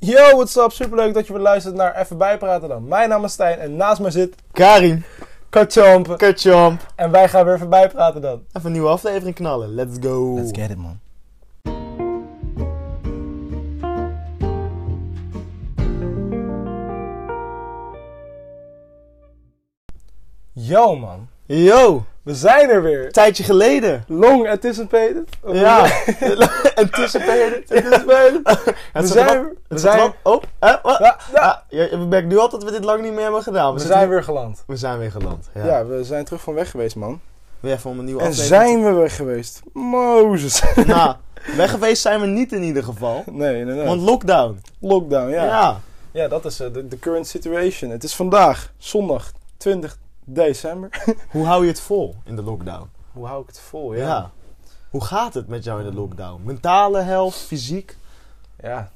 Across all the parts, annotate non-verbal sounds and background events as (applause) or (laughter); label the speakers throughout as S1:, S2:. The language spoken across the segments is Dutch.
S1: Yo, what's up? Superleuk dat je weer luistert naar Even Bijpraten dan. Mijn naam is Stijn en naast me zit
S2: Karin,
S1: Kartjamp.
S2: Kutjomp.
S1: En wij gaan weer even bijpraten dan.
S2: Even een nieuwe aflevering knallen. Let's go.
S1: it, man. Yo, man.
S2: Yo,
S1: We zijn er weer.
S2: tijdje geleden.
S1: Long anticipated. Of- (laughs)
S2: Ja. Anticipated. Anticipated.
S1: We
S2: (laughs) Het zit
S1: zijn,
S2: erop.
S1: we
S2: Het zit
S1: zijn,
S2: erop. Oh, eh, wat?
S1: Ja, ja.
S2: Ah, je- je merkt nu al dat we dit lang niet meer hebben gedaan.
S1: we
S2: zitten
S1: zijn
S2: nu-
S1: weer geland.
S2: we zijn weer geland. Ja.
S1: Ja. we zijn terug van weg geweest, man.
S2: Weer even om een nieuwe
S1: En
S2: aflevering.
S1: zijn we weg geweest. Mozes. (laughs)
S2: te- Nou, weg geweest zijn we niet in ieder geval.
S1: Nee, inderdaad.
S2: Want lockdown.
S1: lockdown, ja.
S2: Ja.
S1: Ja, dat is eh, de de current situation. Het is vandaag, zondag 20 december.
S2: Hoe hou je het vol in de lockdown?
S1: Hoe hou ik het vol,
S2: Ja.
S1: Oh, ja. Ja,
S2: Hoe gaat het met jou in de lockdown? Mentale helft, fysiek?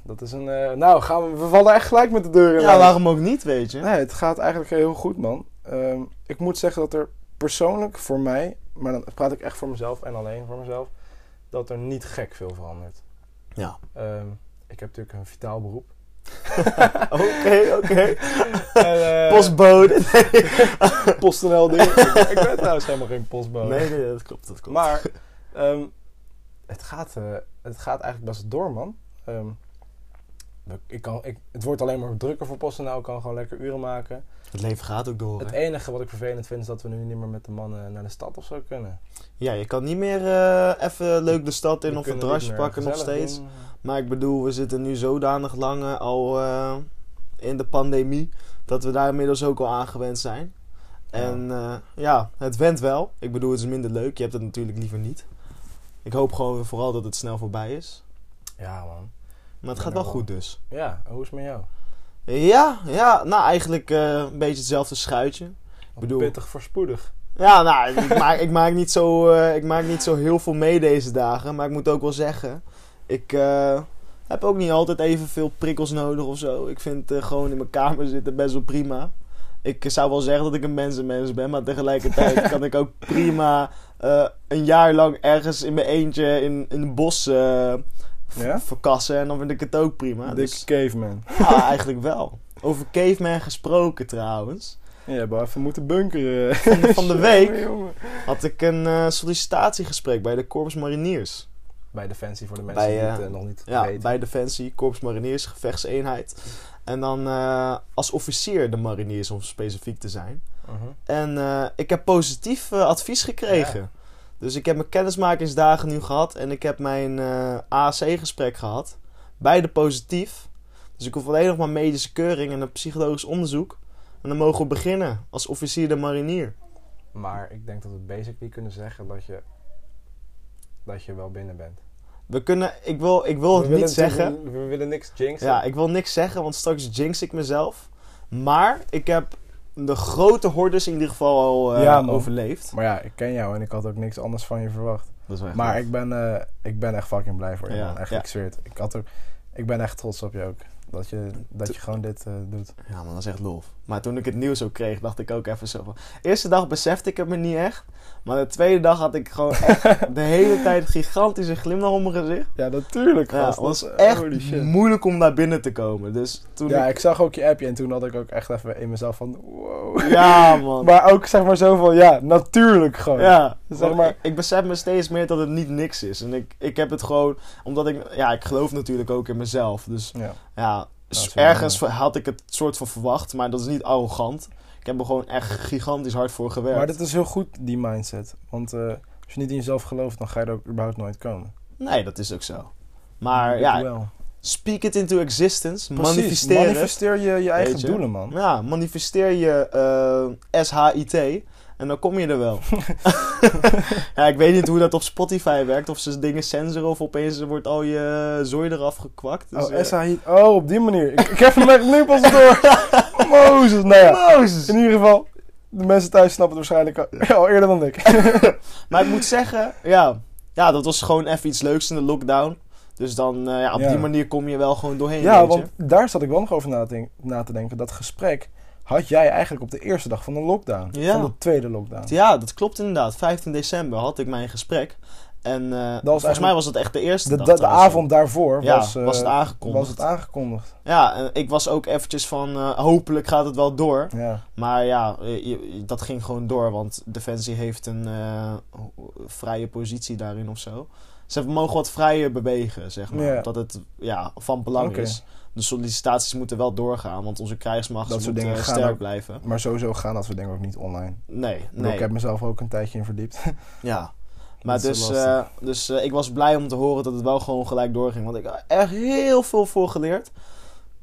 S1: dat is een... eh, nou, gaan we, we vallen echt gelijk met de deur in.
S2: Ja,
S1: huis.
S2: waarom ook niet, weet je?
S1: Nee, het gaat eigenlijk heel goed, man. Ehm, ik moet zeggen dat er persoonlijk voor mij... Maar dan praat ik echt voor mezelf en alleen voor mezelf... Dat er niet gek veel verandert.
S2: Ja.
S1: Ehm, ik heb natuurlijk een vitaal (laughs) beroep.
S2: Oké, oké.
S1: (laughs) En, eh,
S2: Postbode.
S1: PostNL ding. (laughs) ik ik ben trouwens helemaal geen postbode.
S2: Nee, nee, dat klopt, dat klopt. (laughs)
S1: Maar ehm, het, gaat, eh, het gaat eigenlijk best door, man. Ehm, we- ik kan, ik, het wordt alleen maar drukker voor PostNL. Ik kan gewoon lekker uren maken.
S2: Het e- leven gaat ook door.
S1: Het
S2: hè?
S1: enige wat ik vervelend vind is dat we nu niet meer met de mannen naar de stad of zo kunnen.
S2: Ja, je kan niet meer eh, even leuk de stad in
S1: We
S2: of een
S1: kunnen
S2: drasje
S1: niet meer
S2: pakken nog
S1: gezellig
S2: steeds.
S1: doen.
S2: Maar ik bedoel, we zitten nu zodanig lang eh, al eh, in de pandemie dat we daar inmiddels ook al aangewend zijn. En eh, ja, het went wel. Ik bedoel, het is minder leuk. Je hebt het natuurlijk liever niet. Ik hoop gewoon vooral dat het snel voorbij is.
S1: Ja, man.
S2: Maar het
S1: Ja,
S2: gaat wel
S1: nou,
S2: goed dus.
S1: Ja, en hoe is het met jou?
S2: Ja, ja, nou eigenlijk eh, een beetje hetzelfde schuitje.
S1: Ik
S2: bedoel-
S1: Pittig voorspoedig.
S2: Ja, nou, ik (laughs) maak, ik, maak niet zo, eh, ik maak niet zo heel veel mee deze dagen. Maar ik moet ook wel zeggen, ik eh, heb ook niet altijd evenveel prikkels nodig of zo. Ik vind eh, gewoon in mijn kamer zitten best wel prima. Ik eh, zou wel zeggen dat ik een mensenmens ben, maar tegelijkertijd kan ik ook prima eh, een jaar lang ergens in mijn eentje in, in het bos eh, v-
S1: Ja?
S2: verkassen. En dan vind ik het ook prima.
S1: Dikke
S2: Dus
S1: caveman.
S2: ja, eigenlijk wel. Over caveman gesproken trouwens.
S1: Je hebt wel even moeten bunkeren.
S2: Van de week
S1: (laughs) Jongen.
S2: had ik een eh, sollicitatiegesprek bij de Corps Mariniers.
S1: Bij Defensie voor de mensen
S2: Bij,
S1: die het
S2: eh,
S1: eh, nog niet
S2: Ja,
S1: weten.
S2: bij Defensie, Corps Mariniers, gevechtseenheid. En dan eh, als officier de mariniers, om specifiek te zijn.
S1: Mhm.
S2: En eh, ik heb positief eh, advies gekregen. Dus ik heb mijn kennismakingsdagen nu gehad en ik heb mijn eh AAC-gesprek gehad. Beide positief. Dus ik hoef alleen nog maar medische keuring en een psychologisch onderzoek. En dan mogen we beginnen als officier de marinier.
S1: Maar ik denk dat we basically kunnen zeggen dat je, dat je wel binnen bent.
S2: We kunnen, ik wil, ik wil het niet zeggen.
S1: We, willen niks jinxen.
S2: Ja, ik wil niks zeggen, want straks jinx ik mezelf. Maar ik heb de grote hordes in ieder geval al eh,
S1: Ja, man.
S2: overleefd.
S1: Maar ja, ik ken jou en ik had ook niks anders van je verwacht. Maar ik ben, eh, ik ben echt fucking blij voor je,
S2: Ja,
S1: man. Echt,
S2: ja.
S1: ik zweer het. Ik, had er, ik ben echt trots op je ook. Dat je, dat je gewoon dit eh, doet.
S2: Ja, man, dat is echt lof. Maar toen ik het nieuws ook kreeg, dacht ik ook even zo van... Eerste dag besefte ik het me niet echt. Maar de tweede dag had ik gewoon
S1: (laughs)
S2: echt de hele tijd een gigantische glimlach op mijn gezicht.
S1: Ja, natuurlijk.
S2: Ja, het was echt moeilijk om naar binnen te komen. Dus toen
S1: Ja,
S2: ik...
S1: ik zag ook je appje en toen had ik ook echt even in mezelf van... Wow.
S2: Ja, man.
S1: Maar ook zeg maar zo van, ja, natuurlijk gewoon.
S2: Ja,
S1: Zeg
S2: want
S1: maar-
S2: Ik, ik besef me steeds meer dat het niet niks is. En ik, ik heb het gewoon, omdat ik, ja, ik geloof natuurlijk ook in mezelf. Dus
S1: Ja.
S2: ja,
S1: dat is wel
S2: ergens had ik het soort van verwacht, maar dat is niet arrogant. Ik heb er gewoon echt gigantisch hard voor gewerkt.
S1: Maar dat is heel goed, die mindset. Want eh, als je niet in jezelf gelooft, dan ga je er ook überhaupt nooit komen.
S2: Nee, dat is ook zo. Maar
S1: Ik
S2: ja,
S1: wel.
S2: speak it into existence.
S1: Precies,
S2: manifesteren.
S1: Manifesteer je je eigen
S2: Weet je?
S1: doelen, man.
S2: ja, manifesteer je eh, SHIT. En dan kom je er
S1: (laughs)
S2: wel. (laughs) ja, ik weet niet hoe dat op Spotify werkt. Of ze dingen censoren of opeens wordt al je zooi eraf gekwakt. Dus,
S1: oh,
S2: eh,
S1: SHI oh, op die manier. Ik, ik heb hem echt nu pas
S2: (laughs)
S1: door. Mozes, nou ja. In ieder geval, de mensen thuis snappen het waarschijnlijk (laughs) al, al eerder dan ik.
S2: Maar ik moet zeggen, ja, ja, dat was gewoon even iets leuks in de lockdown. Dus dan, eh, ja, op
S1: Ja.
S2: die manier kom je wel gewoon doorheen. weet
S1: Ja,
S2: je.
S1: want daar zat ik wel nog over na te, denk- na te denken. Dat gesprek had jij eigenlijk op de eerste dag van de lockdown.
S2: Ja.
S1: Van de tweede lockdown.
S2: Ja, dat klopt inderdaad. 15 december had ik mijn gesprek. En eh, volgens
S1: eigenlijk-
S2: mij was het echt de eerste
S1: De,
S2: dag
S1: de, de
S2: trouwens.
S1: avond daarvoor
S2: Ja,
S1: was, eh,
S2: was het aangekondigd.
S1: was het aangekondigd.
S2: Ja, en ik was ook eventjes van eh, hopelijk gaat het wel door.
S1: Ja.
S2: Maar ja, eh, je- je- dat ging gewoon door, want Defensie heeft een eh, ho- vrije positie daarin of zo. Ze mogen wat vrijer bewegen, zeg maar.
S1: Ja.
S2: Dat het ja, van belang
S1: Oké.
S2: is. De sollicitaties moeten wel doorgaan, want onze krijgsmacht
S1: Dat
S2: moet
S1: soort dingen
S2: eh,
S1: gaan
S2: sterk
S1: ook-
S2: blijven.
S1: Maar sowieso gaan dat we denk ik ook niet online.
S2: Nee,
S1: Ik bedoel,
S2: nee.
S1: Ik heb mezelf ook een tijdje in verdiept.
S2: Ja. Maar
S1: is wel
S2: dus,
S1: lastig.
S2: eh, dus eh, ik was blij om te horen dat het wel gewoon gelijk doorging. Want ik heb er heel veel voor geleerd.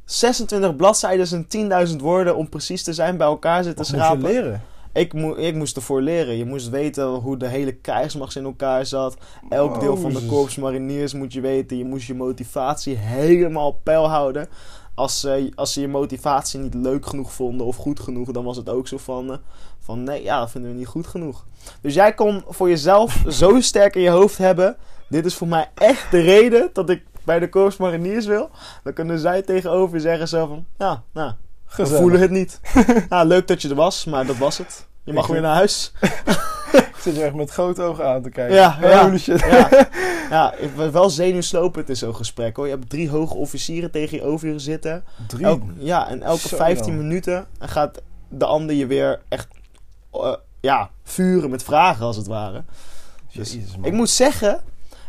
S2: 26 bladzijden en 10.000 woorden om precies te zijn bij elkaar zitten
S1: Wat (laughs) moet je
S2: schrapen.
S1: leren?
S2: Ik, mo- ik moest ervoor leren. Je moest weten hoe de hele krijgsmacht in elkaar zat. Elk deel van de
S1: Mozes.
S2: korps mariniers moet je weten. Je moest je motivatie helemaal peil houden. Als ze, als ze je motivatie niet leuk genoeg vonden of goed genoeg, dan was het ook zo van, eh, van nee, ja, dat vinden we niet goed genoeg. Dus jij kon voor jezelf zo sterk in je hoofd hebben. Dit is voor mij echt de reden dat ik bij de korps mariniers wil. Dan kunnen zij tegenover zeggen zo van, ja, nou, we
S1: Gezellig.
S2: voelen het
S1: (laughs)
S2: niet. nou, leuk dat je er was, maar dat was het. Je mag
S1: Ik-
S2: weer naar
S1: (laughs)
S2: huis.
S1: Ik zit je echt met grote ogen aan te kijken.
S2: Ja, ja.
S1: Holy shit.
S2: Ja, ja ik ben wel zenuwslopend in zo'n gesprek hoor. Je hebt drie hoge officieren tegen je over je zitten.
S1: Drie.
S2: Elk, ja, en elke
S1: Zo
S2: 15
S1: dan.
S2: minuten gaat de ander je weer echt eh, ja, vuren met vragen als het ware.
S1: Jezus, man.
S2: Ik moet zeggen,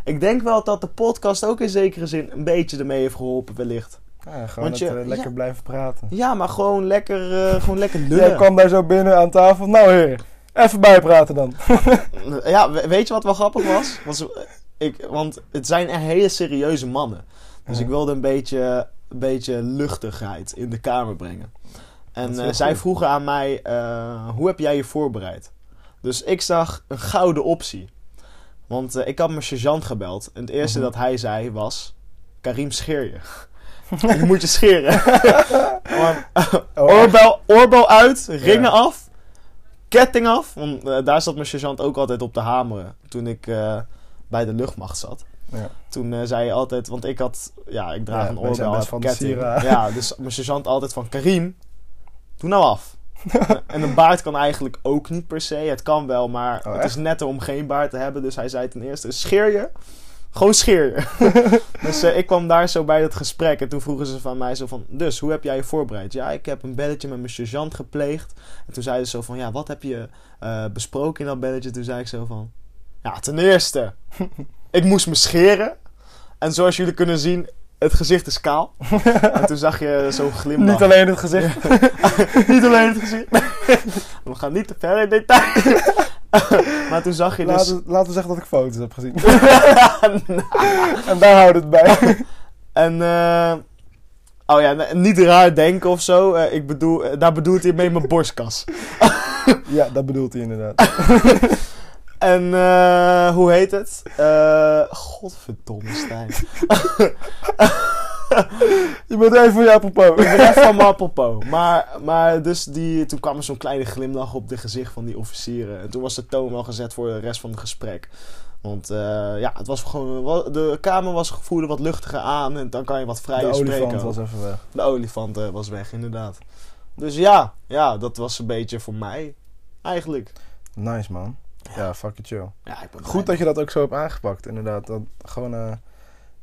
S2: ik denk wel dat de podcast ook in zekere zin een beetje ermee heeft geholpen wellicht.
S1: Ja, gewoon
S2: want
S1: het,
S2: je-
S1: eh, lekker
S2: ja.
S1: blijven praten.
S2: Ja, maar gewoon lekker, eh, gewoon lekker
S1: Jij
S2: lullen.
S1: kwam daar zo binnen aan tafel. Nou heer, even bijpraten dan.
S2: (laughs) Ja, we- weet je wat wel grappig was? Want, ze- ik, want het zijn echt hele serieuze mannen. Dus
S1: Ja.
S2: ik wilde een beetje, een beetje luchtigheid in de kamer brengen.
S1: Dat is
S2: En
S1: heel
S2: eh, zij
S1: goed.
S2: vroegen aan mij, eh, hoe heb jij je voorbereid? Dus ik zag een gouden optie. Want eh, ik had mijn sergeant gebeld. En het eerste
S1: Mhm.
S2: dat hij zei was, Karim scheer
S1: (laughs)
S2: je. (laughs) je moet je scheren. Want
S1: Oh, echt?
S2: Oorbel, oorbel uit, ringen
S1: Ja.
S2: af, ketting af. Want eh, daar zat mijn sergeant ook altijd op te hameren toen ik eh, bij de luchtmacht zat.
S1: Ja.
S2: Toen eh, zei hij altijd, want ik had, ja, ik draag
S1: Ja,
S2: een
S1: wij zijn best
S2: oorbel uit,
S1: van de
S2: ketting.
S1: sieraden.
S2: Ja, dus mijn sergeant altijd van, Karim, doe nou af. en een baard kan eigenlijk ook niet per se. Het kan wel, maar
S1: Oh,
S2: het is netter om geen baard te hebben. Dus hij zei ten eerste, scheer je. Gewoon scheer je.
S1: (laughs)
S2: Dus eh, ik kwam daar zo bij dat gesprek en toen vroegen ze van mij zo van... Dus, hoe heb jij je voorbereid? Ja, ik heb een belletje met mijn sergeant gepleegd. En toen zeiden ze zo van, ja, wat heb je eh, besproken in dat belletje? Toen zei ik zo van... Ja, ten
S1: (laughs)
S2: eerste, ik moest me scheren. En zoals jullie kunnen zien, het gezicht
S1: (laughs)
S2: is kaal. en toen zag je zo'n glimlach.
S1: Niet alleen het gezicht.
S2: Niet alleen het gezicht. (laughs) We gaan niet te ver in detail. (laughs) maar toen zag je dus... Nou.
S1: Laten, laten we zeggen dat ik foto's heb
S2: (laughs)
S1: gezien. en daar houdt het bij.
S2: En, eh, oh ja, n- niet raar denken of zo. Eh, ik bedoel, eh, daar bedoelt hij mee mijn borstkas.
S1: ja, dat bedoelt hij inderdaad.
S2: En, eh, hoe heet het? Eh, godverdomme, Stijn.
S1: Je bent even voor je apropos.
S2: Ik ben echt van mijn apropos. Maar, maar dus die, toen kwam er zo'n kleine glimlach op het gezicht van die officieren. En toen was de toon wel gezet voor de rest van het gesprek. Want eh, ja, het was gewoon, wa- de kamer was voerde wat luchtiger aan. En dan kan je wat
S1: De
S2: vrijer spreken.
S1: olifant was even weg.
S2: De olifant eh, was weg, inderdaad. Dus ja, ja, dat was een beetje voor mij. Eigenlijk.
S1: Nice man. Ja, fuck it chill.
S2: Ja, ik ben
S1: Goed dat je dat ook zo hebt aangepakt, inderdaad. Dat gewoon eh,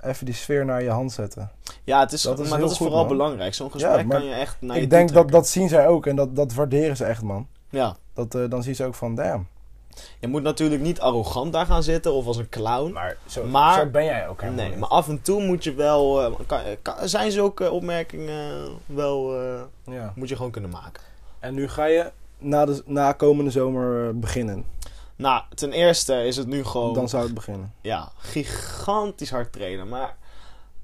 S1: even die sfeer naar je hand zetten.
S2: Ja, het is,
S1: dat is
S2: maar
S1: heel
S2: dat is
S1: goed,
S2: vooral
S1: man.
S2: belangrijk. Zo'n gesprek
S1: maar
S2: kan je echt naar je
S1: ik
S2: toe
S1: denk dat
S2: trekken.
S1: dat zien zij ook en dat, dat waarderen ze echt, man.
S2: Ja.
S1: Dat, eh, dan zien ze ook van, damn.
S2: Je moet natuurlijk niet arrogant daar gaan zitten of als een clown.
S1: Maar zo,
S2: Maar- zo
S1: ben jij ook
S2: Nee, maar af en toe moet je wel... eh, kan- kan- zijn zulke opmerkingen wel... eh,
S1: Ja.
S2: moet je gewoon kunnen maken.
S1: En nu ga je na, de, na komende zomer eh, beginnen.
S2: Nou, ten eerste is het nu gewoon...
S1: Dan zou het beginnen.
S2: ja, gigantisch hard trainen. Maar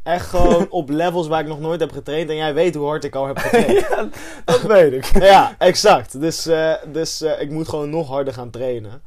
S2: echt gewoon
S1: (laughs)
S2: op levels waar ik nog nooit heb getraind. En jij weet hoe hard ik al heb
S1: (laughs)
S2: getraind. (laughs)
S1: Dat weet ik. (laughs)
S2: ja, exact. Dus, eh, dus eh, ik moet gewoon nog harder gaan trainen.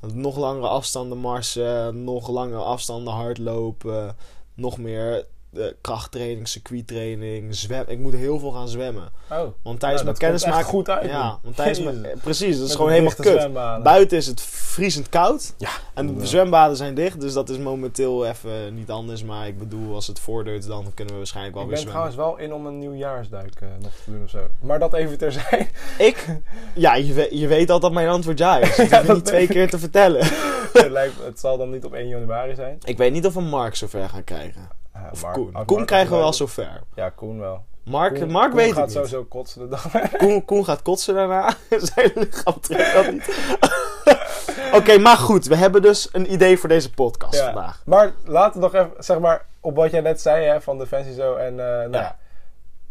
S2: Want nog langere afstanden marsen, nog langere afstanden hardlopen, nog meer eh, krachttraining, circuittraining, zwemmen. Ik moet heel veel gaan zwemmen.
S1: Oh,
S2: Want tijdens mijn kennismaking... Ja, want tijdens
S1: (laughs)
S2: mijn...
S1: Jezus.
S2: eh, Precies, dat is gewoon helemaal kut. Buiten is het vriezend koud.
S1: Ja,
S2: En de
S1: inderdaad.
S2: zwembaden zijn dicht, dus dat is momenteel even niet anders. Maar ik bedoel, als het voordeurt, dan kunnen we waarschijnlijk wel
S1: Ik
S2: weer
S1: ben
S2: zwemmen.
S1: trouwens wel in om een nieuwjaarsduik eh, nog te doen of zo. Maar dat even
S2: (laughs)
S1: terzijde. (laughs)
S2: Ik? Ja, je weet, je weet al dat mijn antwoord ja is. Dat hoef je
S1: dat
S2: niet twee
S1: weet
S2: keer te vertellen.
S1: het, lijkt, het zal dan niet op 1 januari zijn.
S2: Ik weet niet of we Mark zover gaan krijgen.
S1: Ah,
S2: Of
S1: Mark-
S2: Koen.
S1: als
S2: Koen
S1: Mark
S2: krijgen we wel
S1: afblijft-
S2: zover.
S1: Ja, Koen wel.
S2: Mark,
S1: Koen-
S2: Mark
S1: Koen
S2: weet het
S1: gaat
S2: niet.
S1: sowieso kotsen de dag.
S2: Koen, Koen gaat kotsen daarna. (laughs) Zijn lichaam trekt dat niet. (laughs) Oké, maar goed. We hebben dus een idee voor deze podcast
S1: Ja.
S2: vandaag.
S1: Maar laten we nog even, zeg maar, op wat jij net zei hè, van Defensie zo. En eh, nou,
S2: Ja.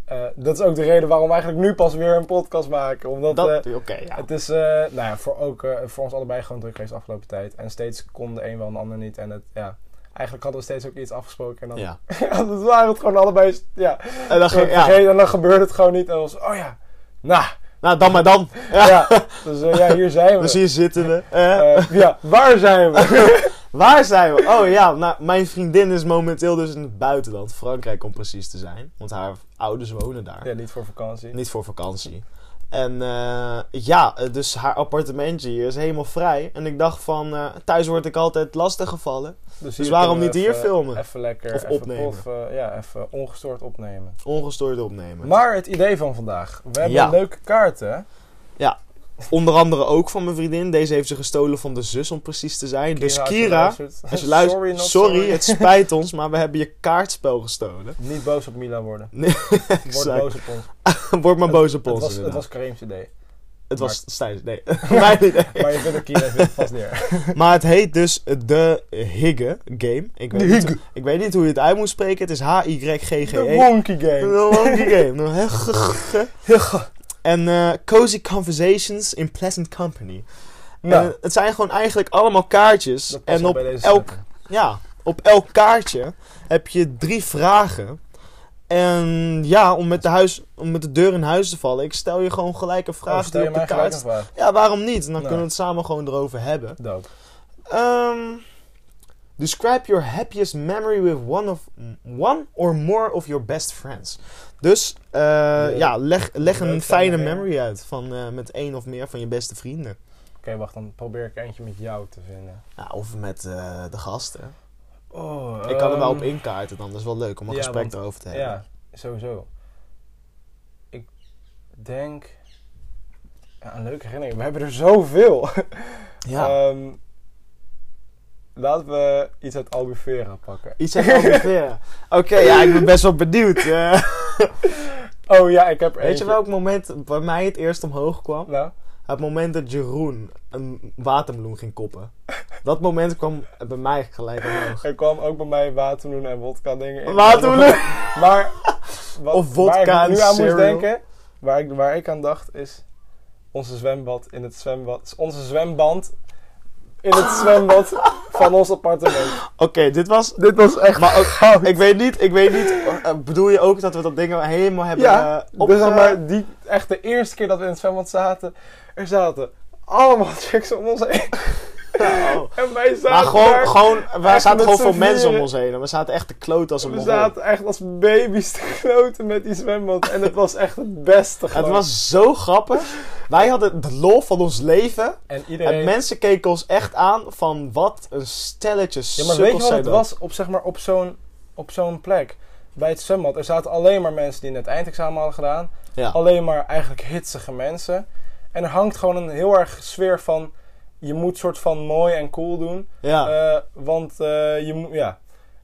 S1: eh, dat is ook de reden waarom we eigenlijk nu pas weer een podcast maken. Omdat
S2: Dat,
S1: eh,
S2: Oké, ja.
S1: het is, eh, nou ja, voor, ook, eh, voor ons allebei gewoon druk geweest de afgelopen tijd. En steeds kon de een wel en de ander niet. En het, ja, eigenlijk hadden we steeds ook iets afgesproken. En dan
S2: ja.
S1: (laughs) ja, dat waren het gewoon allebei, ja.
S2: En dan, ge- ja.
S1: Vergeten, En dan gebeurde het gewoon niet. En dan was oh ja, nou,
S2: Nou, dan maar dan. Ja.
S1: ja. Dus eh, ja, hier
S2: (laughs)
S1: zijn we.
S2: Dus hier zitten we. Eh,
S1: Eh, ja, waar zijn
S2: (laughs)
S1: we?
S2: Waar zijn we? Oh ja, nou, mijn vriendin is momenteel dus in het buitenland, Frankrijk om precies te zijn. Want haar ouders wonen daar.
S1: ja, niet voor vakantie.
S2: Niet voor vakantie. En eh, ja, eh, dus haar appartementje hier is helemaal vrij. En ik dacht van, eh, thuis word ik altijd lastiggevallen.
S1: Dus,
S2: waarom
S1: kunnen we
S2: niet hier
S1: even-
S2: filmen?
S1: Even lekker.
S2: Of
S1: even
S2: opnemen.
S1: prof, eh, ja, even ongestoord opnemen.
S2: Ongestoord opnemen.
S1: Maar het idee van vandaag. We hebben
S2: Ja.
S1: leuke kaarten.
S2: Onder andere ook van mijn vriendin. Deze heeft ze gestolen van de zus om precies te zijn. dus
S1: als je
S2: Kira,
S1: luistert,
S2: als je luistert,
S1: (laughs) sorry, not
S2: sorry,
S1: sorry.
S2: het spijt ons, maar we hebben je kaartspel gestolen.
S1: Niet boos op Mila worden. (laughs) Word
S2: Exact.
S1: boos op ons.
S2: (laughs) Word maar boos op
S1: Het
S2: ons.
S1: was, het
S2: inderdaad.
S1: was Kareem's idee.
S2: Het was Stijn. Nee, (laughs) mijn idee.
S1: Maar je vindt het Kira vindt het vast
S2: (laughs)
S1: neer.
S2: Maar het heet dus de Higge Game. Ik weet,
S1: De
S2: niet,
S1: Higge.
S2: ik weet niet hoe je het uit moet spreken. Het is
S1: De
S2: H-Y-G-G-E.
S1: Wonky
S2: De
S1: Game.
S2: Monkey Game. Hè, ge- ge-
S1: (laughs)
S2: ge. En eh, Cozy Conversations in Pleasant Company.
S1: Nou,
S2: En het zijn gewoon eigenlijk allemaal kaartjes.
S1: dat past
S2: En
S1: wel
S2: op
S1: bij deze
S2: elk,
S1: stukken.
S2: ja, op elk kaartje heb je drie vragen. En ja, om met, de huis, om met de deur in huis te vallen, ik stel je gewoon gelijk een
S1: Oh,
S2: vraag
S1: stel
S2: die
S1: je
S2: op de
S1: mij gelijk
S2: kaart
S1: een
S2: staat.
S1: vraag.
S2: Ja, waarom niet? En dan
S1: Nee.
S2: kunnen we het samen gewoon erover hebben.
S1: Dope.
S2: Um, describe your happiest memory with one of one or more of your best friends. Dus eh, ja, leg, leg
S1: Leuk,
S2: een fijne
S1: fijne
S2: memory uit van, eh, met één of meer van je beste vrienden.
S1: Oké, wacht. Dan probeer ik eentje met jou te vinden.
S2: Nou, of met eh, de gasten.
S1: Oh,
S2: Ik kan er wel
S1: ehm,
S2: op inkaarten dan, dat is wel leuk om een
S1: ja,
S2: gesprek
S1: want-
S2: erover te hebben.
S1: Ja,
S2: oh.
S1: sowieso. Ik denk. Ja, een leuke herinnering. We hebben er zoveel. (laughs)
S2: Ja.
S1: Ehm, laten we iets uit Albufeira pakken.
S2: Iets uit
S1: (laughs)
S2: ongeveer. Oké, ja, ik ben best wel benieuwd. Eh,
S1: Oh ja, ik heb er
S2: weet je
S1: eentje.
S2: welk moment bij mij het eerst omhoog kwam?
S1: Nou,
S2: Het moment dat Jeroen een watermeloen ging koppen. Dat moment kwam bij mij gelijk omhoog.
S1: er kwam ook bij mij watermeloen en wodka dingen in.
S2: Watermeloen!
S1: Maar wat,
S2: Of wodka
S1: waar
S2: en
S1: ik nu aan moest
S2: cereal.
S1: denken, waar ik, waar ik aan dacht, is onze zwembad in het zwembad. Onze zwemband in het zwembad van ons appartement.
S2: Oké, dit was...
S1: Dit was echt
S2: Maar ook, ik weet niet, ik weet niet... eh, bedoel je ook dat we dat ding helemaal hebben
S1: Ja,
S2: eh, opge-
S1: dus zeg maar, die, echt de eerste keer dat we in het zwembad zaten, er zaten allemaal chicks om ons heen.
S2: Nou,
S1: En wij zaten
S2: Maar
S1: daar,
S2: gewoon, gewoon we
S1: echt
S2: zaten
S1: met
S2: gewoon
S1: z'n
S2: veel mensen om
S1: vieren.
S2: ons heen. En we zaten echt de kloot als een
S1: we
S2: mol.
S1: zaten echt als baby's te kloten met die zwembad. En het was echt het beste
S2: Het
S1: gewoon.
S2: was zo grappig. Wij hadden de lol van ons leven.
S1: en
S2: En
S1: iedereen...
S2: mensen keken ons echt aan van wat een stelletje
S1: Ja, maar weet je
S2: sukkels
S1: wat
S2: zijn
S1: het
S2: dat.
S1: was op, zeg maar, op zo'n op zo'n plek? Bij het zwembad. Er zaten alleen maar mensen die net eindexamen hadden gedaan.
S2: Ja.
S1: Alleen maar eigenlijk hitsige mensen. En er hangt gewoon een heel erg sfeer van... Je moet soort van mooi en cool doen.
S2: Ja.
S1: Eh, want eh, je, moet- ja,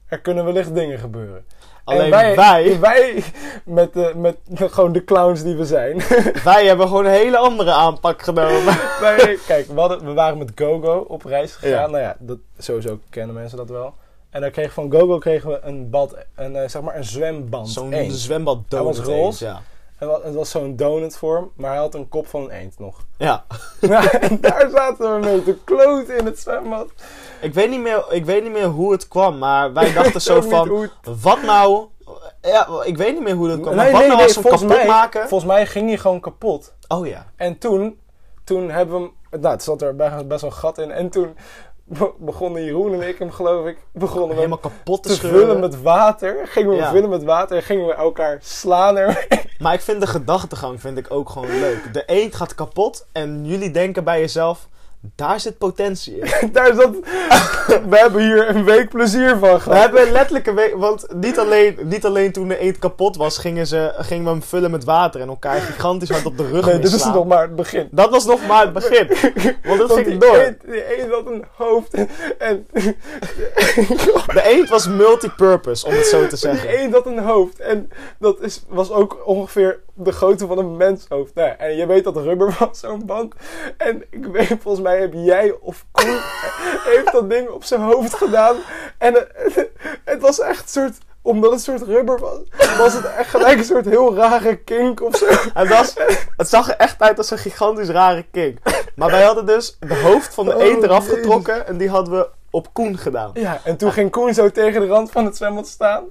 S1: er kunnen wellicht dingen gebeuren.
S2: Alleen
S1: En
S2: wij, wij,
S1: wij met, de, met (laughs) de- gewoon de clowns die we zijn.
S2: hebben gewoon een hele andere aanpak genomen. (laughs)
S1: wij, (laughs) kijk, we, hadden- we waren met GoGo op reis gegaan.
S2: Ja.
S1: Nou ja, dat, sowieso kennen mensen dat wel. En daar kregen van GoGo kregen we een bad, een, eh, zeg maar een zwemband.
S2: Zo'n
S1: Eend.
S2: zwembad
S1: Hij was
S2: dood.
S1: roze.
S2: Ja.
S1: En wa- het was zo'n donutvorm, maar hij had een kop van een eend
S2: (laughs)
S1: nog. (laughs)
S2: ja.
S1: Nou, en daar zaten we mee te kloten in het zwembad.
S2: Ik weet, niet meer, ik weet niet meer hoe het kwam,
S1: (laughs)
S2: maar wij dachten zo
S1: Ook niet
S2: van,
S1: hoe het-
S2: wat nou... Ja, ik weet niet meer hoe dat kwam. maar
S1: Nee,
S2: wat
S1: nee,
S2: nou
S1: nee,
S2: als we hem
S1: volgens
S2: kapot
S1: mij-
S2: maken?
S1: Volgens mij ging hij gewoon kapot.
S2: Oh ja.
S1: En toen, toen hebben we hem... Nou, het zat er bij- best wel een gat in. En toen be- begonnen Jeroen en ik hem, geloof ik... Begonnen we hem
S2: Helemaal kapot te,
S1: te
S2: scheuren.
S1: vullen met water. Gingen we hem
S2: Ja.
S1: vullen met water. En gingen we elkaar slaan er.
S2: Maar ik vind de gedachtegang vind ik ook gewoon leuk. De eend gaat kapot en jullie denken bij jezelf... Daar zit potentie in.
S1: (laughs) (laughs) Daar is dat... We hebben hier een week plezier van
S2: We
S1: gehad.
S2: hebben letterlijk een week... Want niet alleen, niet alleen toen de eend kapot was, gingen, ze, gingen we hem vullen met water en elkaar gigantisch hard op de rug
S1: Nee, dit is
S2: misslaan.
S1: nog maar het begin.
S2: Dat was nog maar het begin. Want dat
S1: Want
S2: ging
S1: die
S2: door.
S1: eend- Die een had een hoofd (laughs) en...
S2: De eend was multipurpose, om het zo
S1: (laughs)
S2: te
S1: Die
S2: zeggen.
S1: één dat een hoofd. En dat is, was ook ongeveer de grootte van een menshoofd. Nou, ja, en je weet dat rubber (laughs) was, zo'n band. En ik weet, volgens mij heb jij of
S2: (laughs)
S1: Koen heeft dat ding op zijn hoofd gedaan. En eh, (laughs) het was echt een soort omdat het een soort rubber was, was het echt gelijk een soort heel rare kink of zo.
S2: Het, was, het zag er echt uit als een gigantisch rare king. Maar wij hadden dus de hoofd van de
S1: Oh,
S2: eend eraf
S1: jezus.
S2: getrokken en die hadden we op Koen gedaan.
S1: Ja, en toen ging Koen zo tegen de rand van het zwembad staan.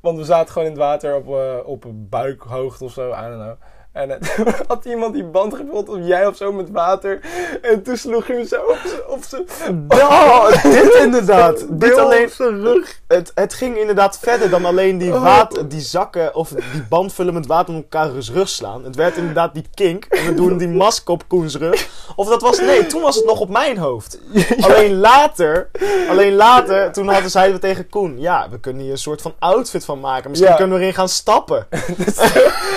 S1: Want we zaten gewoon in het water op, eh, op een buikhoogte of zo, I don't know. En eh, (laughs) toen had iemand die band gevuld of jij of zo met water. En toen sloeg hij hem zo op z'n- op zijn...
S2: Oh, dit inderdaad. Dit
S1: Dit
S2: alleen,
S1: op zijn rug.
S2: het, het ging inderdaad verder dan alleen die,
S1: Oh.
S2: water, die zakken of die band vullen met water om elkaars rug slaan. Het werd inderdaad die kink en we doen die mask op Koens rug. Of dat was, nee, toen was het nog op mijn hoofd. Alleen later, alleen later, toen hadden, zeiden we tegen Koen, ja, we kunnen hier een soort van outfit van maken. Misschien
S1: Ja.
S2: kunnen we erin gaan stappen.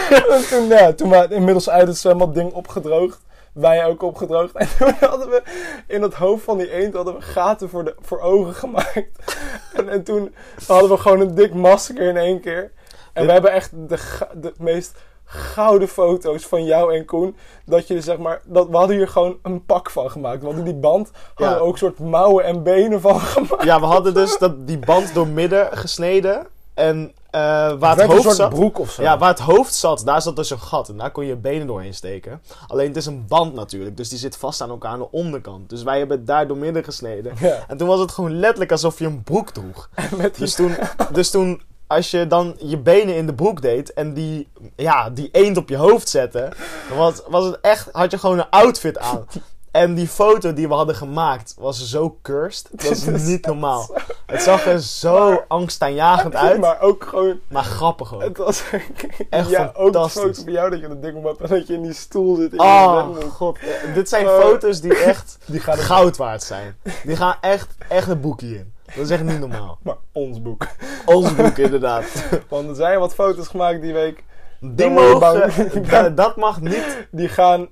S1: En toen, ja, toen waren inmiddels uit het zwembad ding opgedroogd. Wij ook opgedroogd. En toen hadden we in het hoofd van die eend hadden we gaten voor, de, voor ogen gemaakt. En, en toen hadden we gewoon een dik masker in één keer. En we hebben echt de, ga- de meest gouden foto's van jou en Koen. Dat je zeg maar, dat, we hadden hier gewoon een pak van gemaakt. Want in die band hadden we
S2: Ja.
S1: ook soort mouwen en benen van gemaakt.
S2: Ja, we hadden dus dat, die band door midden gesneden. En eh, waar het
S1: werd een
S2: hoofd
S1: soort
S2: zat...
S1: broek of zo.
S2: Ja, waar het hoofd zat, daar zat dus een gat. En daar kon je je benen doorheen steken. Alleen het is een band natuurlijk, dus die zit vast aan elkaar aan de onderkant. Dus wij hebben het daar door midden gesneden.
S1: Ja. (laughs)
S2: En toen was het gewoon letterlijk alsof je een broek droeg.
S1: En met die
S2: Dus toen, dus toen als je dan je benen in de broek deed en die, ja, die eend op je hoofd zette, dan was, was het echt, had je gewoon een outfit aan. En die foto die we hadden gemaakt was zo cursed. Dat is niet normaal. Het zag er zo
S1: Maar-
S2: angstaanjagend uit,
S1: (laughs) Maar ook gewoon
S2: maar grappig ook.
S1: Het was
S2: Echt
S1: echt ja, ook de
S2: fantastisch.
S1: foto van jou dat je dat ding om hebt en dat je in die stoel zit. en je
S2: Oh,
S1: bent-
S2: god. Eh, Dit zijn
S1: Oh.
S2: foto's die echt
S1: Die gaat het
S2: goud waard zijn. Die gaan echt, echt een boekje in. Dat is echt niet normaal.
S1: maar ons boek.
S2: Ons boek, inderdaad.
S1: Want er zijn wat foto's gemaakt die week.
S2: Die
S1: Dan word je
S2: mogen... (laughs)
S1: bang.
S2: da- Dat mag niet.
S1: Die gaan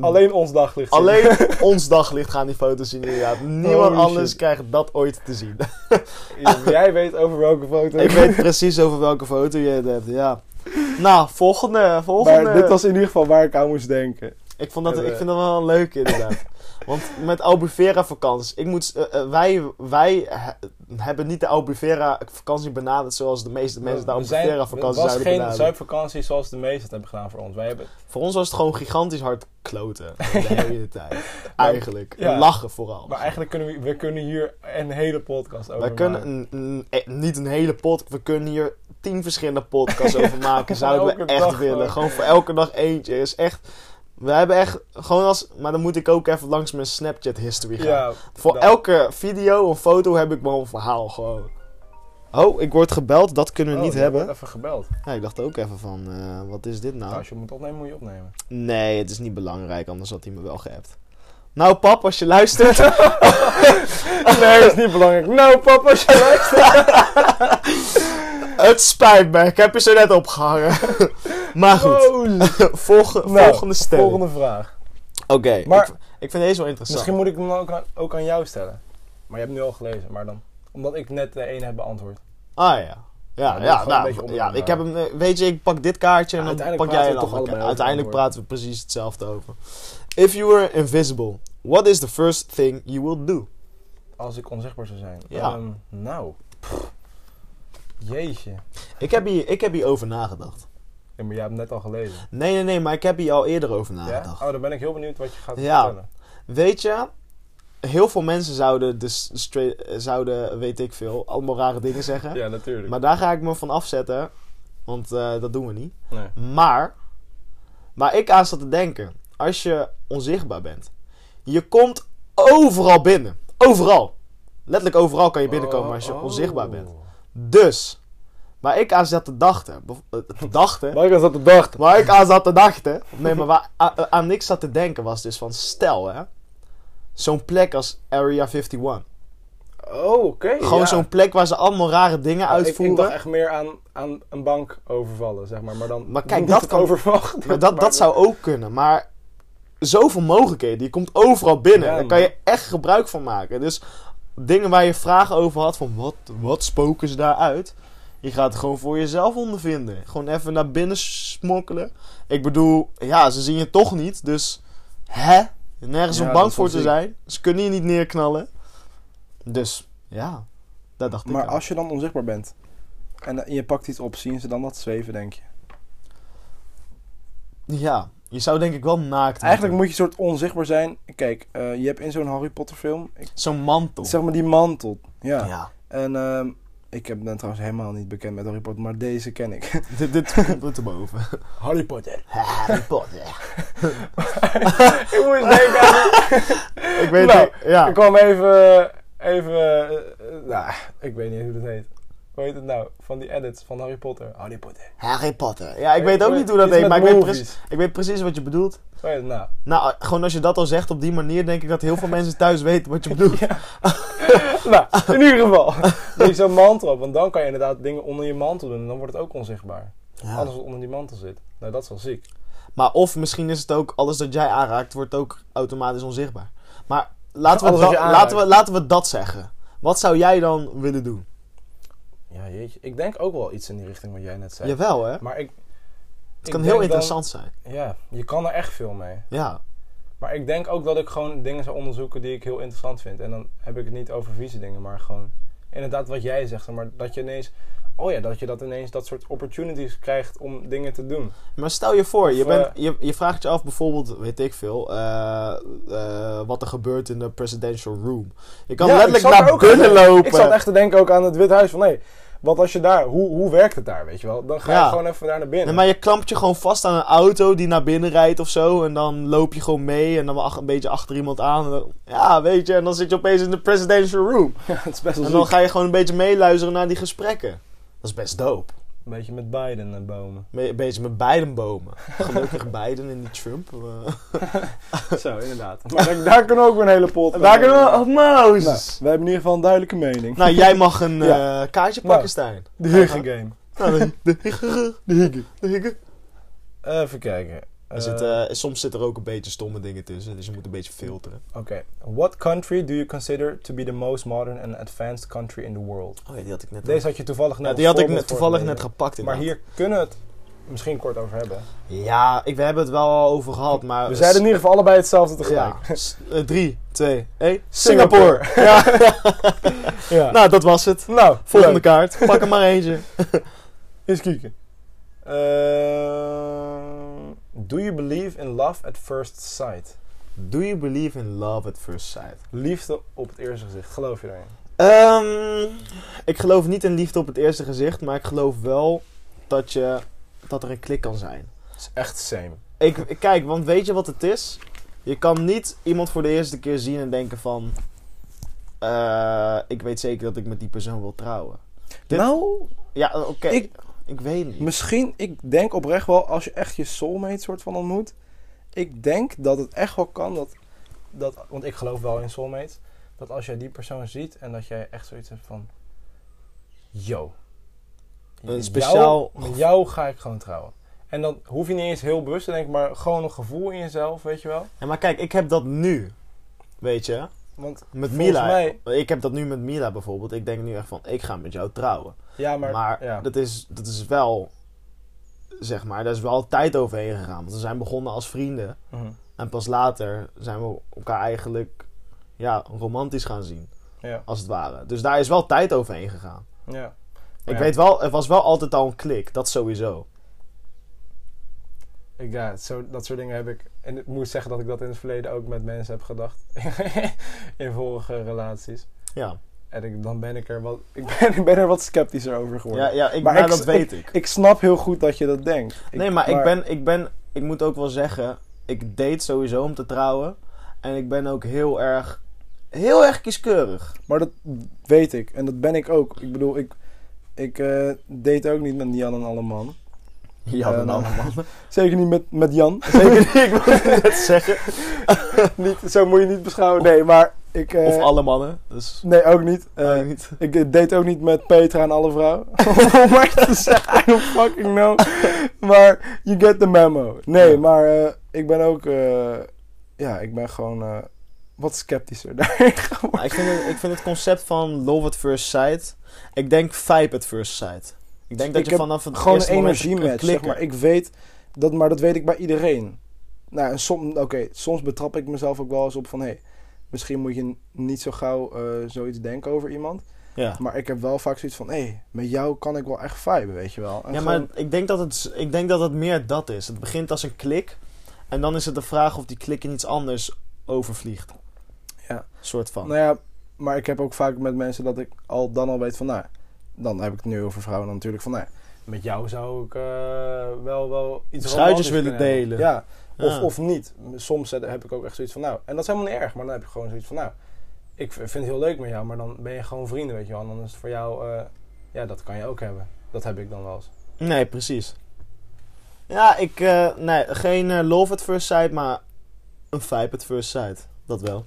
S1: alleen ons daglicht zien.
S2: Alleen ons daglicht gaan die foto's zien, inderdaad. Niemand
S1: Oh,
S2: anders
S1: shit.
S2: krijgt dat ooit te zien. (laughs)
S1: Jij weet over welke foto.
S2: Ik weet precies over welke foto je het hebt, ja. Nou, volgende. volgende.
S1: maar dit was in ieder geval waar ik aan moest denken.
S2: Ik, vond dat,
S1: Eh,
S2: ik vind dat wel leuk inderdaad.
S1: (laughs)
S2: Want met Albufeira vakanties. Ik moet, eh, eh, wij wij he- hebben niet de Albufeira vakantie benaderd zoals de meeste mensen de Albufeira vakantie
S1: was
S2: zouden
S1: geen
S2: benaderen.
S1: zuipvakantie zoals de meesten het hebben gedaan voor ons. Wij hebben
S2: Voor ons was het gewoon gigantisch hard
S1: (laughs)
S2: kloten. De hele tijd. Eigenlijk.
S1: Ja.
S2: Lachen vooral.
S1: maar eigenlijk kunnen we, we kunnen hier een hele podcast over
S2: Wij kunnen
S1: maken.
S2: een, een- eh, niet een hele podcast. We kunnen hier tien verschillende podcasts over
S1: (laughs)
S2: maken. Zouden we
S1: elke
S2: echt
S1: dag
S2: willen.
S1: gewoon.
S2: Gewoon voor elke dag eentje. Is echt. We hebben echt gewoon als. Maar dan moet ik ook even langs mijn Snapchat history gaan.
S1: Ja, Oh,
S2: Voor
S1: dat-
S2: elke video of foto heb ik wel een verhaal gewoon. Oh, ik word gebeld. Dat kunnen we
S1: Oh,
S2: niet
S1: je
S2: hebben.
S1: hebt Even gebeld.
S2: Ja, ik dacht ook even van, eh, wat is dit nou?
S1: Als je moet opnemen, moet je opnemen.
S2: Nee, het is niet belangrijk, anders had hij me wel geappt. Nou pap, als je luistert... (laughs)
S1: Nee, dat is niet belangrijk. Nou, papa,
S2: (laughs)
S1: als je luistert.
S2: het spijt me, ik heb je zo net opgehangen. (laughs) maar goed,
S1: Holy
S2: (laughs) volge-
S1: Nou,
S2: volgende stelling.
S1: Volgende vraag.
S2: Oké,
S1: Maar-
S2: ik, ik vind deze wel interessant.
S1: Misschien moet ik hem ook aan, ook aan jou stellen. Maar je hebt nu al gelezen, maar dan. Omdat ik net de ene heb beantwoord.
S2: Ah ja. Ja,
S1: Nou, doe
S2: ja,
S1: gewoon een
S2: nou,
S1: beetje onder
S2: ja,
S1: elkaar.
S2: ik heb hem, eh, weet je, ik pak dit kaartje en
S1: Ja,
S2: dan
S1: uiteindelijk
S2: pak jij
S1: praten
S2: een
S1: we toch
S2: ander kaart.
S1: allebei over
S2: Uiteindelijk
S1: antwoorden.
S2: praten we precies hetzelfde over. If you were invisible, what is the first thing you will do?
S1: Als ik onzichtbaar zou zijn.
S2: Ja.
S1: Ehm, nou. Pff. Jeetje.
S2: Ik heb, hier, ik heb hier over nagedacht.
S1: Ja, maar jij hebt net al gelezen.
S2: Nee, nee, nee, maar ik heb hier al eerder over
S1: ja?
S2: nagedacht.
S1: Oh, dan ben ik heel benieuwd wat je gaat
S2: Ah, Ja.
S1: vertellen.
S2: Weet je, heel veel mensen zouden, dus stra- eh, zouden, weet ik veel, allemaal rare dingen zeggen.
S1: Ja, natuurlijk.
S2: Maar daar ga ik me van afzetten, want eh, dat doen we niet.
S1: Nee.
S2: Maar, waar ik aan zat te denken, als je onzichtbaar bent, je komt overal binnen. Overal. Letterlijk overal kan je binnenkomen als je
S1: Oh, oh.
S2: onzichtbaar bent. Dus, waar ik aan zat te dachten, bev- eh, te dachten,
S1: Maar ik was dat de dag.
S2: waar ik aan zat te dachten, nee, maar waar a- a- aan niks zat te denken was dus van, stel hè, zo'n plek als Area 51.
S1: Oh, oké.
S2: Gewoon
S1: ja.
S2: zo'n plek waar ze allemaal rare dingen
S1: Ja, ik- Ik,
S2: uitvoeren.
S1: dacht echt meer aan, aan een bank overvallen, zeg maar. Maar, dan,
S2: Maar kijk,
S1: niet
S2: dat
S1: het
S2: kan-
S1: overvallen.
S2: (laughs) maar dat, dat zou ook kunnen. Maar zoveel mogelijkheden. Je komt overal binnen.
S1: Ja,
S2: Daar
S1: man.
S2: kan je echt gebruik van maken. Dus dingen waar je vragen over had. Van wat, wat spoken ze daaruit? Je gaat het gewoon voor jezelf ondervinden. Gewoon even naar binnen smokkelen. Ik bedoel, ja, ze zien je toch niet. Dus, hè? Nergens
S1: Ja,
S2: om
S1: dat
S2: bang
S1: is
S2: voor
S1: wel
S2: te
S1: ziek.
S2: zijn. Ze kunnen je niet neerknallen. Dus, ja. Daar dacht
S1: Maar
S2: ik aan.
S1: als je dan onzichtbaar bent en eh, je pakt iets op, zien ze dan dat zweven, denk je?
S2: Ja, je zou denk ik wel naakt moeten.
S1: Eigenlijk moet je een soort onzichtbaar zijn. Kijk, eh, je hebt in zo'n Harry Potter film, ik,
S2: Zo'n mantel.
S1: zeg maar die mantel. Ja. (laughs)
S2: Ja.
S1: En ehm, ik heb- ben trouwens helemaal niet bekend met Harry Potter, maar deze ken ik. (laughs)
S2: dit, dit komt er te boven.
S1: Harry Potter.
S2: Harry Potter.
S1: ik moest denken (laughs) aan die-
S2: (laughs) Ik weet
S1: Nou,
S2: het. Ja.
S1: Ik kwam even, even, eh, eh, nou, ik weet niet hoe dat heet. Hoe heet het nou? Van die edits van Harry Potter. Harry Potter.
S2: Harry Potter. Ja, ik weet ook niet hoe dat
S1: Iets
S2: heet,
S1: met
S2: maar ik weet, precies,
S1: movies.
S2: ik weet precies wat je bedoelt.
S1: Hoe heet het nou?
S2: Nou, gewoon als je dat al zegt op die manier, denk ik dat heel veel mensen thuis
S1: (laughs)
S2: weten wat je bedoelt.
S1: Ja. nou, in ieder (laughs) geval. Doe zo'n mantel op, want dan kan je inderdaad dingen onder je mantel doen en dan wordt het ook onzichtbaar.
S2: Ja.
S1: Alles wat onder die mantel zit. Nou, dat is wel ziek.
S2: Maar of misschien is het ook, alles dat jij aanraakt, wordt ook automatisch onzichtbaar. Maar laten we,
S1: Alles wat
S2: dat-
S1: je aanraakt.
S2: laten we, laten we dat zeggen. Wat zou jij dan willen doen?
S1: Ja, jeetje. Ik denk ook wel iets in die richting wat jij net zei.
S2: Jawel, hè?
S1: Maar ik...
S2: Het kan heel interessant zijn.
S1: ja, je kan er echt veel mee.
S2: Ja.
S1: Maar ik denk ook dat ik gewoon dingen zou onderzoeken die ik heel interessant vind. En dan heb ik het niet over vieze dingen, maar gewoon inderdaad wat jij zegt. Maar dat je ineens, oh ja, dat je dat ineens dat soort opportunities krijgt om dingen te doen.
S2: Maar stel je voor, je,
S1: Of,
S2: bent, je, je vraagt je af bijvoorbeeld, weet ik veel, eh, eh, wat er gebeurt in de presidential room. Je kan
S1: Ja, ik
S2: letterlijk
S1: zat er
S2: naar
S1: ook
S2: binnen
S1: aan-
S2: lopen.
S1: Ik zat echt te denken ook aan het Wit Huis van, nee, wat als je daar, hoe, hoe werkt het daar, weet je wel? Dan ga
S2: Ja.
S1: je gewoon even daar naar
S2: Nee,
S1: binnen.
S2: maar je klampt je gewoon vast aan een auto die naar binnen rijdt of zo. En dan loop je gewoon mee en dan wel ach- een beetje achter iemand aan. En dan- ja, weet je, en dan zit je opeens in de presidential room.
S1: Ja, (laughs) het is best wel
S2: En
S1: zo.
S2: dan ga je gewoon een beetje meeluisteren naar die gesprekken. Dat is best dope.
S1: Een beetje met Biden en bomen.
S2: Me- Een beetje met beiden
S1: (laughs)
S2: bomen. Gelukkig beiden en die Trump. eh.
S1: zo, inderdaad. (laughs) Maar daar- daar kunnen we ook weer een hele pot.
S2: Daar kunnen we... Oh,
S1: Nou,
S2: Mozes.
S1: we hebben in ieder geval een duidelijke mening.
S2: Nou, jij mag een
S1: Ja.
S2: eh, kaartje
S1: Nou.
S2: pakken, Stijn.
S1: (laughs) de Hugge Game.
S2: Nou, (laughs) de- de higger, de higger, de higger.
S1: Even kijken.
S2: Er zit,
S1: Eh,
S2: eh, soms zitten er ook een beetje stomme dingen tussen, dus je moet een beetje filteren.
S1: Okay. What country do you consider to be the most modern and advanced country in the world?
S2: Oh ja, die had ik net.
S1: Deze had je toevallig net
S2: ja,
S1: als
S2: die had ik
S1: voorbeeld
S2: net, toevallig net
S1: voorgelezen.
S2: gepakt.
S1: Maar
S2: Inderdaad.
S1: hier kunnen we het misschien kort over hebben.
S2: Ja, ik, we hebben het wel al over gehad, maar.
S1: We zeiden in ieder geval allebei hetzelfde tegelijk.
S2: Ja. S- eh, drie, twee, één.
S1: Singapore. (laughs)
S2: ja.
S1: Ja.
S2: Nou, dat was het.
S1: Nou,
S2: Volgende
S1: leuk.
S2: kaart. Pak er maar eentje.
S1: Eens kijken. Eh, do you believe in love at first sight?
S2: Do you believe in love at first sight?
S1: Liefde op het eerste gezicht. Geloof je daarin?
S2: Ehm, ik geloof niet in liefde op het eerste gezicht, maar ik geloof wel dat, je, dat er een klik kan zijn.
S1: is echt same.
S2: Ik, ik- kijk, want weet je wat het is? Je kan niet iemand voor de eerste keer zien en denken van... eh, ik weet zeker dat ik met die persoon wil trouwen. Dit-
S1: Nou,
S2: Ja, eh, oké. Ik,
S1: Ik-
S2: weet niet.
S1: Misschien, ik denk oprecht wel, als je echt je soulmate soort van ontmoet. Ik denk dat het echt wel kan dat, dat want ik geloof wel in soulmates, dat als jij die persoon ziet en dat jij echt zoiets hebt van, yo.
S2: Een Eh, speciaal
S1: Jou, met jou ga ik gewoon trouwen. En dan hoef je niet eens heel bewust te denken, maar gewoon een gevoel in jezelf, weet je wel.
S2: Ja, maar kijk, ik heb dat nu. Weet je?
S1: Want,
S2: Met
S1: Volgens
S2: Mila.
S1: mij-
S2: Ik heb dat nu met Mila bijvoorbeeld. Ik denk nu echt van, ik ga met jou trouwen.
S1: ja, maar,
S2: Maar,
S1: ja.
S2: dat, is, dat is wel... Zeg maar, daar is wel tijd overheen gegaan. Want we zijn begonnen als vrienden.
S1: Mhm.
S2: En pas later zijn we elkaar eigenlijk ja, romantisch gaan zien.
S1: ja,
S2: als het ware. Dus daar is wel tijd overheen gegaan.
S1: ja.
S2: Ik
S1: Ja.
S2: weet wel, er was wel altijd al een klik, dat sowieso.
S1: Ik, ja, zo, dat soort dingen heb ik. En ik moet zeggen dat ik dat in het verleden ook met mensen heb gedacht. (laughs) in vorige relaties.
S2: Ja,
S1: En ik, dan ben ik er wat, (laughs) ik ben, ik ben er wat sceptischer over geworden.
S2: ja, ja ik,
S1: Maar
S2: nou,
S1: ik-
S2: dat weet ik.
S1: Ik snap heel goed dat je dat denkt.
S2: nee, maar, Ik, ben, ik ben, ik moet ook wel zeggen, ik date sowieso om te trouwen. En ik ben ook heel erg, heel erg kieskeurig.
S1: Maar dat weet ik. En dat ben ik ook. Ik bedoel, ik, ik eh, date ook niet met Jan en alle man.
S2: Jan (laughs) en
S1: Eh,
S2: alle mannen.
S1: Zeker niet met, met Jan. (laughs)
S2: Zeker niet, ik wilde het net zeggen.
S1: niet, zo moet je niet beschouwen. Nee, maar ik... eh,
S2: Of alle mannen. Dus
S1: Nee, ook niet. Eh,
S2: Nee, niet.
S1: (laughs) Ik eh, date ook niet met Petra en alle (laughs) vrouwen. Om maar te zeggen, I don't fucking know. Maar you get the memo. Nee,
S2: Ja.
S1: maar eh, ik ben ook... eh, ja, ik ben gewoon eh, wat sceptischer daarin geworden.
S2: Maar Nou, ik, vind het, ik vind het concept van love at first sight. Ik denk vibe at first sight. Ik denk dat
S1: Ik
S2: je
S1: heb
S2: vanaf
S1: (laughs)
S2: het
S1: Gewoon een
S2: eerste moment
S1: energiematch,
S2: klikken.
S1: zeg maar. Ik weet dat, maar dat weet ik bij iedereen. Nou, en som, oké, soms betrap ik mezelf ook wel eens op van... Hey, misschien moet je n- niet zo gauw eh, zoiets denken over iemand.
S2: Ja.
S1: Maar ik heb wel vaak zoiets van... Hé, hey, met jou kan ik wel echt viben, weet je wel. En
S2: Ja, maar
S1: gewoon-
S2: ik denk, dat het, ik denk dat het meer dat is. Het begint als een klik. En dan is het de vraag of die klik in iets anders overvliegt.
S1: Ja.
S2: Soort van.
S1: Nou ja, maar ik heb ook vaak met mensen dat ik al, dan al weet van... Nou, dan heb ik het nu over vrouwen dan natuurlijk van... Nou, met jou zou ik eh, wel, wel iets
S2: Schuitjes
S1: romantisch
S2: willen
S1: kunnen hebben.
S2: delen. Ah.
S1: Ja,
S2: Ja.
S1: of, of niet. Soms zet- heb ik ook echt zoiets van... Nou, en dat is helemaal niet erg. Maar dan heb je gewoon zoiets van... Nou, ik v- vind het heel leuk met jou, maar dan ben je gewoon vrienden, weet je wel. En dan is het voor jou... eh, ja, dat kan je ook hebben. Dat heb ik dan wel eens.
S2: Nee, precies. Ja, ik... eh, nee, geen eh, love at first sight, maar een vibe at first sight. Dat wel.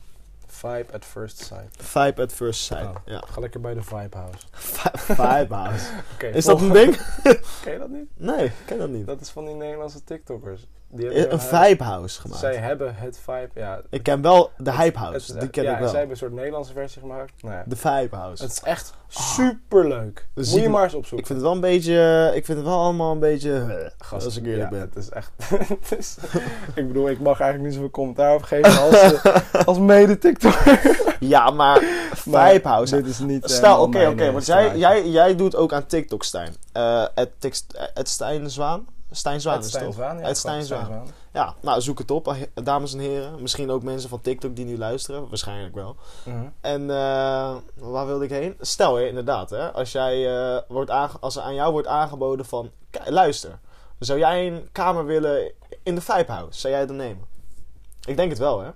S1: Vibe at first sight.
S2: Vibe at first sight,
S1: Oh. (laughs)
S2: ja.
S1: Ga lekker bij de Vibe House.
S2: Vi- Vibe house.
S1: Oké,
S2: Is dat een
S1: volgende. (laughs)
S2: ding?
S1: Ken je dat niet?
S2: Nee, ik ken dat niet.
S1: Dat is van die Nederlandse TikTokkers. Die hebben
S2: Eh, Een
S1: hun-
S2: vibe house
S1: Zij
S2: gemaakt.
S1: hebben het vibe, ja.
S2: Ik ken wel de hype
S1: Het is-
S2: house. Die
S1: ja,
S2: ken ik
S1: en Zij
S2: wel.
S1: hebben een soort Nederlandse versie gemaakt. Nou ja,
S2: De vibe
S1: het
S2: house.
S1: is echt superleuk.
S2: Ah. Dus
S1: Moet je
S2: ik-
S1: maar eens
S2: Ik
S1: opzoeken.
S2: vind het wel een beetje... Ik vind het wel allemaal een beetje... eh,
S1: Gast,
S2: als ik
S1: ja,
S2: eerlijk ben.
S1: Het is echt... (laughs) het is,
S2: (laughs)
S1: ik bedoel, ik mag eigenlijk niet zoveel commentaar op geven als, eh,
S2: (laughs)
S1: als mede-TikToker.
S2: Ja, maar
S1: (laughs) Maar
S2: vibe house.
S1: Dit is niet...
S2: Stel,
S1: helemaal
S2: oké,
S1: mijn,
S2: oké,
S1: eh,
S2: want jij,
S1: straatje.
S2: jij, jij doet ook aan TikTok, Stijn. Eh het, tekst, het Stijn Zwaan? Stijn Zwaan
S1: Het
S2: is
S1: Stijn
S2: toch?
S1: Zwaan, ja.
S2: Het
S1: klopt,
S2: Stijn Zwaan.
S1: Zwaan.
S2: Ja, nou, zoek het op, eh, dames en heren. Misschien ook mensen van TikTok die nu luisteren. Waarschijnlijk wel.
S1: Mhm.
S2: En eh, waar wilde ik heen? Stel, hè, inderdaad, hè. Als, jij, eh, wordt aange- als er aan jou wordt aangeboden van... "K- Luister, zou jij een kamer willen in de Vibe House? Zou jij dat nemen? Ik denk het wel, hè?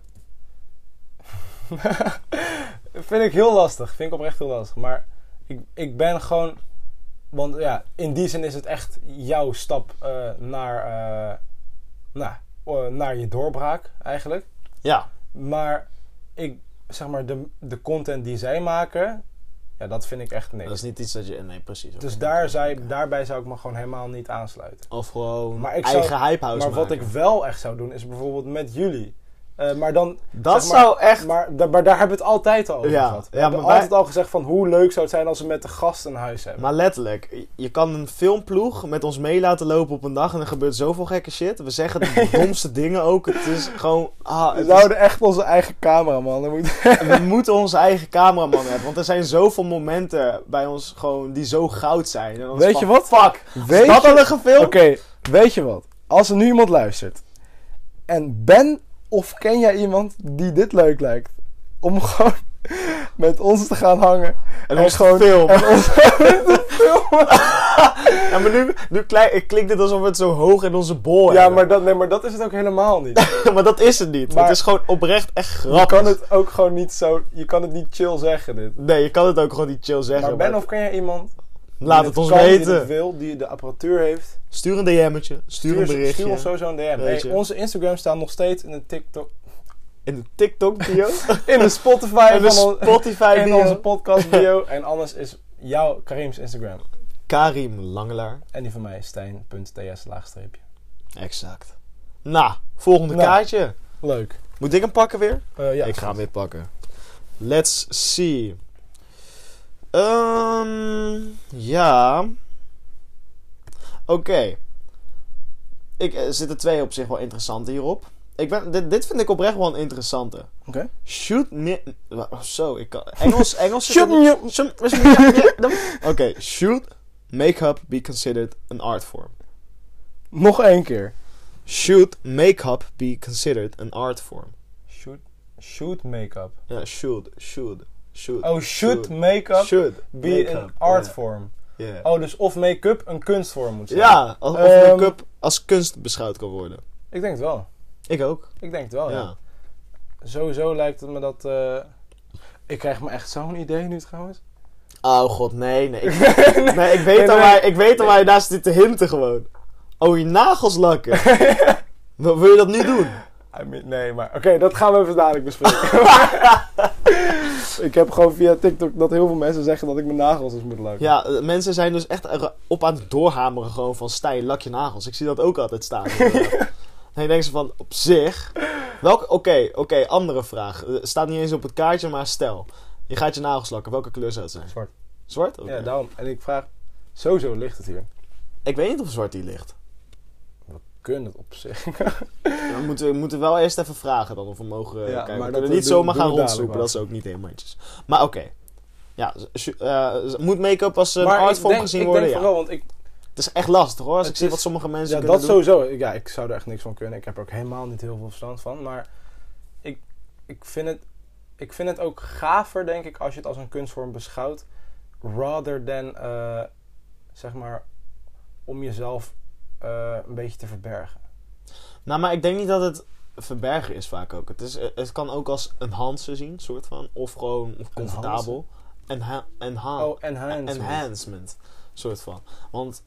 S1: (laughs) Vind ik heel lastig. Vind ik oprecht heel lastig. Maar ik, ik ben gewoon... Want ja, in die zin is het echt jouw stap eh, naar, eh, nou, eh, naar je doorbraak eigenlijk.
S2: Ja,
S1: Maar ik, zeg maar, de, de content die zij maken, ja, dat vind ik echt niks.
S2: dat is niet iets dat je... eh, Nee, precies.
S1: dus
S2: Oké.
S1: daar zou, daarbij zou ik me gewoon helemaal niet aansluiten.
S2: Of gewoon
S1: Maar ik zou-
S2: eigen hype house
S1: maar wat
S2: maken.
S1: ik wel echt zou doen, is bijvoorbeeld met jullie. Eh, maar dan...
S2: Dat
S1: zeg maar-
S2: zou echt...
S1: Maar, da- maar daar hebben we het altijd al over
S2: Ja,
S1: gehad. We
S2: ja,
S1: hebben
S2: maar wij-
S1: altijd al gezegd van hoe leuk zou het zijn als we met de gasten een huis hebben.
S2: Maar letterlijk, je kan een filmploeg met ons mee laten lopen op een dag en er gebeurt zoveel gekke shit. We
S1: (laughs)
S2: zeggen de domste dingen ook. Het is gewoon. Ah,
S1: we
S2: het
S1: zouden echt onze eigen cameraman dan moeten...
S2: is- we moeten onze eigen cameraman hebben. Want er zijn zoveel momenten bij ons gewoon die zo goud zijn. En dan is
S1: Weet je
S2: van,
S1: wat?
S2: Fuck!
S1: Weet
S2: Is dat
S1: je-
S2: al een gefilmd?
S1: Oké, weet je wat? Als er nu iemand luistert en ben of ken jij iemand die dit leuk lijkt om (laughs) gewoon met ons te gaan hangen
S2: En ons
S1: gewoon-
S2: film.
S1: en ons
S2: (laughs) Ja, maar nu, nu klei- ik klinkt dit alsof we het zo hoog in onze bol
S1: Ja, maar
S2: hebben.
S1: dat, nee, maar dat is het ook helemaal niet.
S2: (laughs) maar dat is het niet.
S1: Maar-
S2: het is gewoon oprecht echt
S1: Je
S2: grappig.
S1: kan het ook gewoon niet zo. Je kan het niet chill zeggen, dit.
S2: Nee, je kan het ook gewoon niet chill zeggen.
S1: Maar ben
S2: maar
S1: of ken jij iemand. die
S2: Laat
S1: dit
S2: het ons
S1: kan, Die
S2: weten.
S1: dit wil, die de apparatuur heeft.
S2: Stuur een DM'tje. Stuur een berichtje.
S1: Stuur ons sowieso een DM.
S2: Weet
S1: Hey,
S2: je.
S1: onze Instagram staan nog steeds in de TikTok.
S2: (laughs) In de TikTok-bio.
S1: In de Spotify.
S2: en de
S1: van ons- (laughs)
S2: Spotify
S1: en
S2: bio.
S1: onze podcast
S2: (laughs)
S1: bio. en anders is jouw Karim's Instagram.
S2: Karim Langelaar.
S1: En die van mij is stijn.ts laagstreepje.
S2: Exact. Nou, volgende
S1: Nou.
S2: kaartje.
S1: Leuk.
S2: Moet ik hem pakken weer?
S1: Eh, ja,
S2: ik ga hem weer pakken. Let's see. Ehm ja. Oké. Ik er zitten twee op zich wel interessante hierop. Ik ben, dit, dit vind ik oprecht wel een interessante.
S1: Oké.
S2: Shoot me. oh, zo, ik kan.
S1: (laughs)
S2: Engels, Engels. zit er
S1: Shoot
S2: niet- Shoot me- Oké, shoot make-up be considered an art form.
S1: Nog één keer.
S2: Should make-up be considered an art form?
S1: Shoot, shoot make-up.
S2: Ja, should, should, should.
S1: Oh, shoot make-up
S2: should
S1: be
S2: an
S1: an art form.
S2: Ja,
S1: Oh, dus of make-up een kunstvorm moet zijn.
S2: ja als, of
S1: Ehm,
S2: make-up als kunst beschouwd kan worden.
S1: Ik denk het wel.
S2: Ik ook.
S1: Ik denk het wel, ja.
S2: ja.
S1: Sowieso lijkt het me dat... eh, Ik krijg me echt zo'n idee nu trouwens.
S2: Oh god, (laughs) nee, nee. Ik, nee, ik weet
S1: (laughs) Nee,
S2: al
S1: nee.
S2: waar, ik weet al waar je daar zit te hinten gewoon. Oh, je nagels
S1: (laughs)
S2: lakken. Wat wil je dat nu doen?
S1: I mean, nee, maar oké, dat gaan we even dadelijk
S2: (laughs)
S1: bespreken. ik heb gewoon via TikTok dat heel veel mensen zeggen dat ik mijn nagels eens moet lakken.
S2: Ja, eh, mensen zijn dus echt er- op aan het doorhameren gewoon van Stijn, lak je nagels. Ik zie dat ook altijd staan. inderdaad. en ik denk ze van, op zich... Welke, oké, oké, andere vraag. Eh, Staat niet eens op het kaartje, maar stel. Je gaat je nagels lakken. Welke kleur zou het zijn?
S1: Zwart.
S2: Zwart? Oké.
S1: Ja, daarom. En ik vraag, sowieso ligt het hier.
S2: Ik weet niet of zwart die ligt.
S1: Kunnen het op zich.
S2: We moeten, we moeten wel eerst even vragen dan of we mogen eh,
S1: Ja,
S2: kijken.
S1: maar
S2: we
S1: dat,
S2: kunnen
S1: eh,
S2: niet
S1: doen-
S2: zomaar
S1: doen
S2: gaan
S1: we dadelijk
S2: rondzoeken,
S1: wel.
S2: dat is ook niet helemaal netjes. Maar oké. Ja, z- eh, z- moet make-up als een
S1: maar ik
S2: artvorm
S1: denk,
S2: gezien
S1: ik
S2: worden?
S1: denk
S2: Ja.
S1: vooral, want ik,
S2: Het is echt lastig hoor, als
S1: Het
S2: ik zie
S1: is-
S2: wat sommige mensen
S1: ja,
S2: kunnen
S1: dat
S2: doen.
S1: sowieso. Ik- Ja, ik zou er echt niks van kunnen. Ik heb er ook helemaal niet heel veel verstand van. Maar ik, ik, vind, het, ik vind het ook gaver, denk ik, als je het als een kunstvorm beschouwt. Rather than, eh, zeg maar, om jezelf eh, een beetje te verbergen.
S2: Nou, maar ik denk niet dat het verbergen is vaak ook. Het, is, eh, het kan ook als een Hansen zien, soort van. Of gewoon comfortabel. Een ha- een ha-
S1: Oh, enhancement.
S2: enhancement, soort van. Want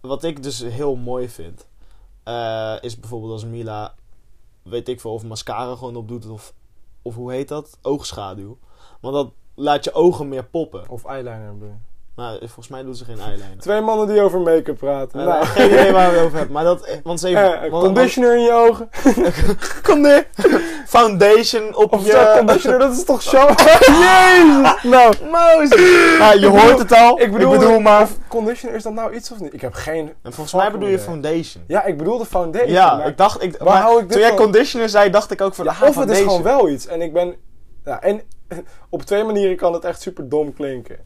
S2: wat ik dus heel mooi vind, eh, is bijvoorbeeld als Mila, weet ik veel, of mascara gewoon opdoet of, of hoe heet dat? Oogschaduw. Want dat laat je ogen meer poppen.
S1: Of eyeliner bedoel je?
S2: Nou, volgens mij doet ze geen
S1: (laughs)
S2: eyeliner.
S1: Twee mannen die over make-up praten.
S2: Nou,
S1: nou,
S2: Geen
S1: (laughs)
S2: idee waar we het over hebben, maar dat... eh, Want ze heeft...
S1: eh,
S2: want- want-
S1: conditioner in je ogen.
S2: Condi- (laughs) Foundation op
S1: Of zo,
S2: je...
S1: conditioner, dat is toch
S2: (laughs)
S1: zo... (laughs) Jezus! Nou,
S2: Nou, je hoort het al.
S1: ik bedoel,
S2: maar...
S1: conditioner, is dat nou iets of niet? Ik heb geen...
S2: En volgens mij bedoel je foundation.
S1: Ja, ik bedoel de foundation.
S2: Ja,
S1: maar-
S2: ik dacht... Ik,
S1: waar
S2: maar
S1: hou ik dit
S2: toen jij
S1: van?
S2: conditioner zei, dacht ik ook van...
S1: Ja,
S2: ah,
S1: of het is
S2: foundation.
S1: gewoon wel iets. En ik ben... Ja, en (laughs) op twee manieren kan het echt super dom klinken.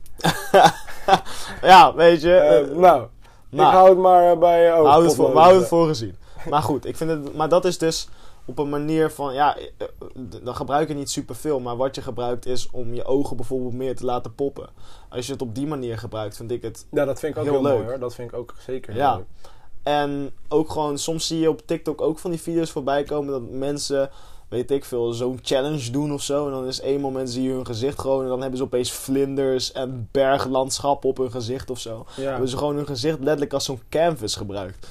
S2: Ja, weet je.
S1: Eh,
S2: eh,
S1: nou,
S2: nou,
S1: ik hou het maar eh, bij... Oh,
S2: we houden het voor,
S1: potloden.
S2: we houden het voor gezien. Maar goed, ik vind het... Maar dat is dus op een manier van... Ja, eh, eh, d- dan gebruik je niet superveel. Maar wat je gebruikt is om je ogen bijvoorbeeld meer te laten poppen. Als je het op die manier gebruikt, vind ik het
S1: Ja, dat vind ik ook
S2: Heel
S1: heel, mooi
S2: leuk.
S1: hoor. Dat vind ik ook zeker
S2: Ja.
S1: heel leuk.
S2: En ook gewoon, soms zie je op TikTok ook van die video's voorbij komen dat mensen, weet ik veel, zo'n challenge doen of zo. En dan is één moment zie je hun gezicht gewoon en dan hebben ze opeens vlinders en berglandschappen op hun gezicht of zo.
S1: Ja.
S2: Hebben ze gewoon hun gezicht letterlijk als zo'n canvas gebruikt.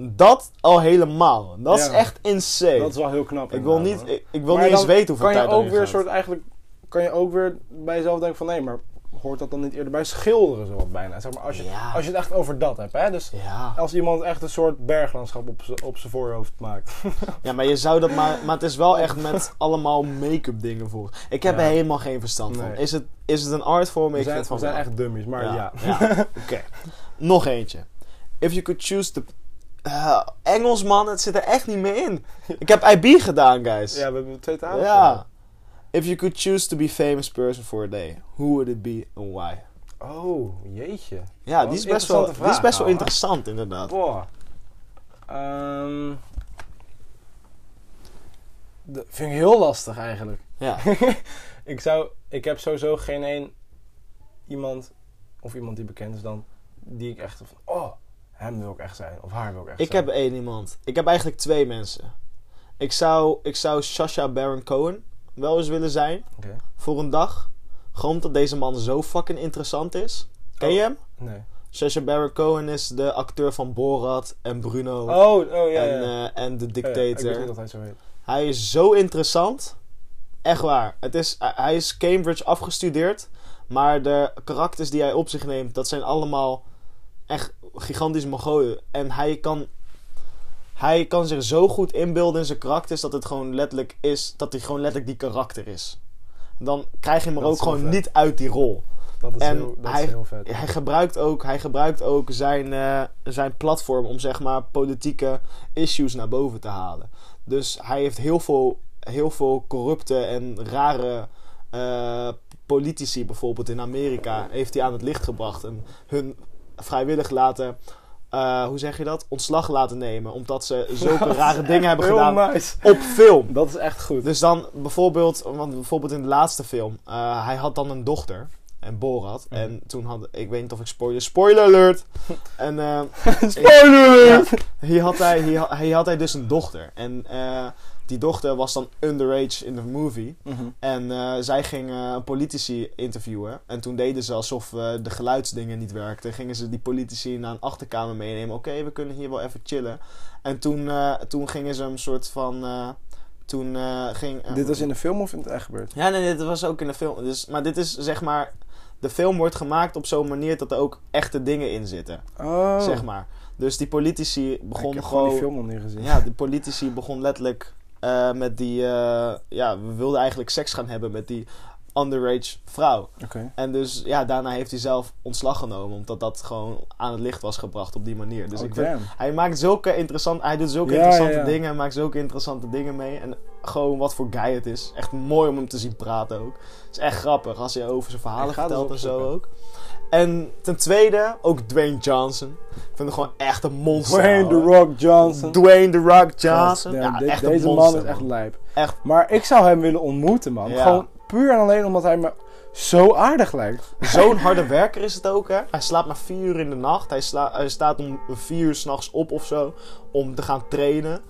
S2: Dat al helemaal. Dat is
S1: Ja.
S2: echt insane.
S1: Dat is wel heel knap.
S2: ik wil
S1: inderdaad,
S2: niet,
S1: hoor.
S2: ik, ik wil
S1: Maar
S2: niet eens
S1: dan
S2: weten hoeveel
S1: kan je
S2: tijd
S1: ook
S2: erin
S1: weer
S2: gaat.
S1: soort eigenlijk... Kan je ook weer bij jezelf denken van... Nee, maar hoort dat dan niet eerder bij schilderen zo wat bijna? Zeg maar, als je,
S2: Ja.
S1: als je het echt over dat hebt, hè? Dus...
S2: Ja.
S1: Als iemand echt een soort berglandschap op z'n- op zijn voorhoofd maakt.
S2: ja, maar je zou dat maar... Maar het is wel echt met allemaal make-up dingen voor. Ik heb
S1: Ja.
S2: er helemaal geen verstand van.
S1: Nee.
S2: Is het, is het een artvorm?
S1: We
S2: Ik
S1: zijn,
S2: vind van
S1: we zijn
S2: wel.
S1: echt dummies, maar ja. (laughs)
S2: Oké. Nog eentje. If you could choose the... Eh, Engelsman, het zit er echt niet meer
S1: (laughs)
S2: in. Ik heb IB gedaan, guys.
S1: Ja, we hebben twee talen.
S2: Ja. If you could choose to be famous person for a day, who would it be and why?
S1: Oh, jeetje.
S2: Ja,
S1: Wat
S2: die is,
S1: een
S2: best wel,
S1: interessante
S2: die is
S1: vraag,
S2: best wel
S1: ouwe.
S2: interessant, inderdaad.
S1: Boah. Ehm, dat vind ik heel lastig eigenlijk.
S2: Ja.
S1: (laughs) Ik zou... Ik heb sowieso geen één iemand, of iemand die bekend is dan, die ik echt van... Oh, hem wil ik echt zijn. Of haar wil ik echt
S2: Ik
S1: zijn.
S2: heb één iemand. Ik heb eigenlijk twee mensen. Ik zou, ik zou Sasha Baron Cohen wel eens willen zijn.
S1: Oké.
S2: Voor een dag. Gewoon omdat deze man zo fucking interessant is. Ken je
S1: Oh.
S2: hem?
S1: Nee.
S2: Sacha Baron Cohen is de acteur van Borat en Bruno
S1: Oh, oh ja, ja.
S2: en, eh, en de
S1: Oh, ja, ik
S2: Dictator.
S1: weet niet dat hij zo heet.
S2: hij is zo interessant. Echt waar. Het is, hij- hij is Cambridge afgestudeerd. Maar de karakters die hij op zich neemt, dat zijn allemaal echt gigantische mogolen. En hij kan, hij kan zich zo goed inbeelden in zijn karakters dat het gewoon letterlijk is, dat hij gewoon letterlijk die karakter is. Dan krijg je hem er
S1: Dat
S2: ook
S1: is wel
S2: gewoon
S1: vet.
S2: niet uit die rol.
S1: Dat is,
S2: En
S1: heel, dat
S2: hij-
S1: is heel vet.
S2: Hij gebruikt ook, hij gebruikt ook zijn, eh, zijn platform om zeg maar politieke issues naar boven te halen. Dus hij heeft heel veel, heel veel corrupte en rare eh, politici bijvoorbeeld in Amerika heeft hij aan het licht gebracht. En hun vrijwillig laten, eh, hoe zeg je dat, ontslag laten nemen. Omdat ze
S1: (laughs)
S2: zulke rare dingen hebben
S1: Heel
S2: gedaan
S1: nice.
S2: op film.
S1: Dat is echt goed.
S2: Dus dan bijvoorbeeld, want bijvoorbeeld in de laatste film, eh, hij had dan een dochter. En Borat.
S1: Mhm.
S2: En toen had, ik weet niet of ik spoiler,
S1: (laughs)
S2: spoiler alert! En eh,
S1: Spoiler!
S2: hier, had hij, hier, had- hier had hij dus een dochter. En eh, die dochter was dan underage in de movie.
S1: Mhm.
S2: En eh, zij ging eh, een politici interviewen. En toen deden ze alsof eh, de geluidsdingen niet werkten. Gingen ze die politici naar een achterkamer meenemen. Oké, we kunnen hier wel even chillen. En toen, eh, toen gingen ze een soort van... eh, toen eh, ging... eh,
S1: Dit was in de film of in het echt gebeurd?
S2: ja, nee, dit was ook in de film. Dus, maar dit is zeg maar. De film wordt gemaakt op zo'n manier dat er ook echte dingen in zitten.
S1: Oh.
S2: Zeg maar. Dus die politici
S1: Ik
S2: begon
S1: heb
S2: gewoon.
S1: gewoon die film nog niet gezien.
S2: Ja, de politici begon letterlijk eh, met die. eh, ja, we wilden eigenlijk seks gaan hebben met die underage vrouw.
S1: Oké.
S2: En dus ja, daarna heeft hij zelf ontslag genomen. Omdat dat gewoon aan het licht was gebracht op die manier. Dus
S1: Oh,
S2: ik vind-
S1: damn.
S2: hij maakt zulke interessante. Hij doet zulke
S1: Ja,
S2: interessante
S1: ja, ja.
S2: dingen. Hij maakt zulke interessante dingen mee. En gewoon wat voor guy het is. Echt mooi om hem te zien praten ook. Het is echt grappig als hij over zijn verhalen
S1: Ik ga
S2: vertelt en
S1: dus
S2: zo
S1: opzoeken.
S2: ook. En ten tweede, ook Dwayne Johnson. Ik vind hem gewoon echt een monster.
S1: Dwayne The
S2: ouwe.
S1: Rock Johnson.
S2: Dwayne The Rock
S1: Johnson.
S2: Johnson. Ja, echt een
S1: deze man
S2: monster,
S1: is Nou, echt lijp.
S2: Echt.
S1: Maar ik zou hem willen ontmoeten, man.
S2: Ja.
S1: Gewoon puur en alleen omdat hij me zo aardig lijkt.
S2: Zo'n harde werker is het ook, hè? Hij slaapt maar vier uur in de nacht. Hij, sla- hij staat om vier uur s'nachts op of zo. Om te gaan trainen.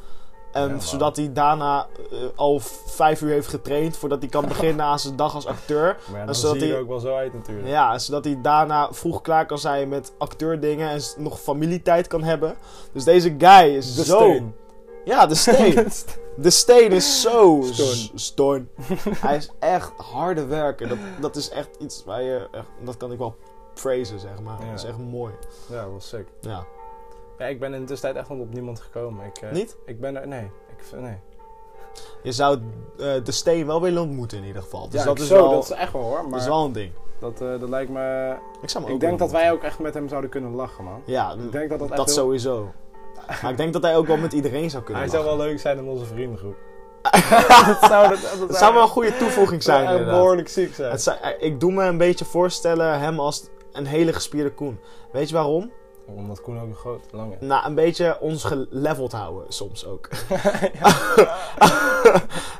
S2: En
S1: Ja, wauw.
S2: Zodat hij daarna eh, al vijf uur heeft getraind. Voordat hij kan beginnen aan zijn dag als acteur.
S1: Maar
S2: dan Zodat zie je er hij-
S1: ook wel zo uit natuurlijk.
S2: Ja, zodat hij daarna vroeg klaar kan zijn met acteurdingen. En s- nog familietijd kan hebben. Dus deze guy is
S1: De
S2: zo.
S1: steen.
S2: Ja, de
S1: (laughs)
S2: steen. de steen is zo.
S1: Storm.
S2: s- Storm. hij is echt harde werker. Dat, dat is echt iets waar je. Echt, dat kan ik wel praisen, zeg maar.
S1: Ja.
S2: Dat is echt mooi.
S1: Ja, wel sick.
S2: Ja.
S1: Ja, ik ben in de tussentijd echt nog op niemand gekomen. Ik, eh,
S2: Niet?
S1: Ik ben er... Nee. Ik, nee.
S2: Je zou eh, de steen wel willen ontmoeten in ieder geval. Dus
S1: ja,
S2: dat,
S1: ik-
S2: is
S1: zo,
S2: wel,
S1: dat is echt wel hoor.
S2: dat
S1: Maar
S2: is wel een ding.
S1: dat, eh, dat lijkt me...
S2: Ik zou hem
S1: Ik denk
S2: ook willen
S1: dat wij
S2: ontmoeten.
S1: ook echt met hem zouden kunnen lachen, man.
S2: Ja,
S1: Ik denk dat dat echt
S2: dat
S1: heel-
S2: sowieso. Maar ik denk dat hij ook wel met iedereen zou kunnen
S1: Hij zou
S2: lachen.
S1: wel leuk zijn in onze
S2: (laughs)
S1: vriendengroep. dat zou, dat, dat,
S2: Het zou wel een goede toevoeging zijn
S1: zou
S2: inderdaad.
S1: behoorlijk ziek zijn.
S2: Het zou- eh, ik doe me een beetje voorstellen hem als een hele gespierde koen. Weet je waarom?
S1: Omdat Koen ook een groot, lang is.
S2: Nou, een beetje ons geleveld houden soms ook. (laughs)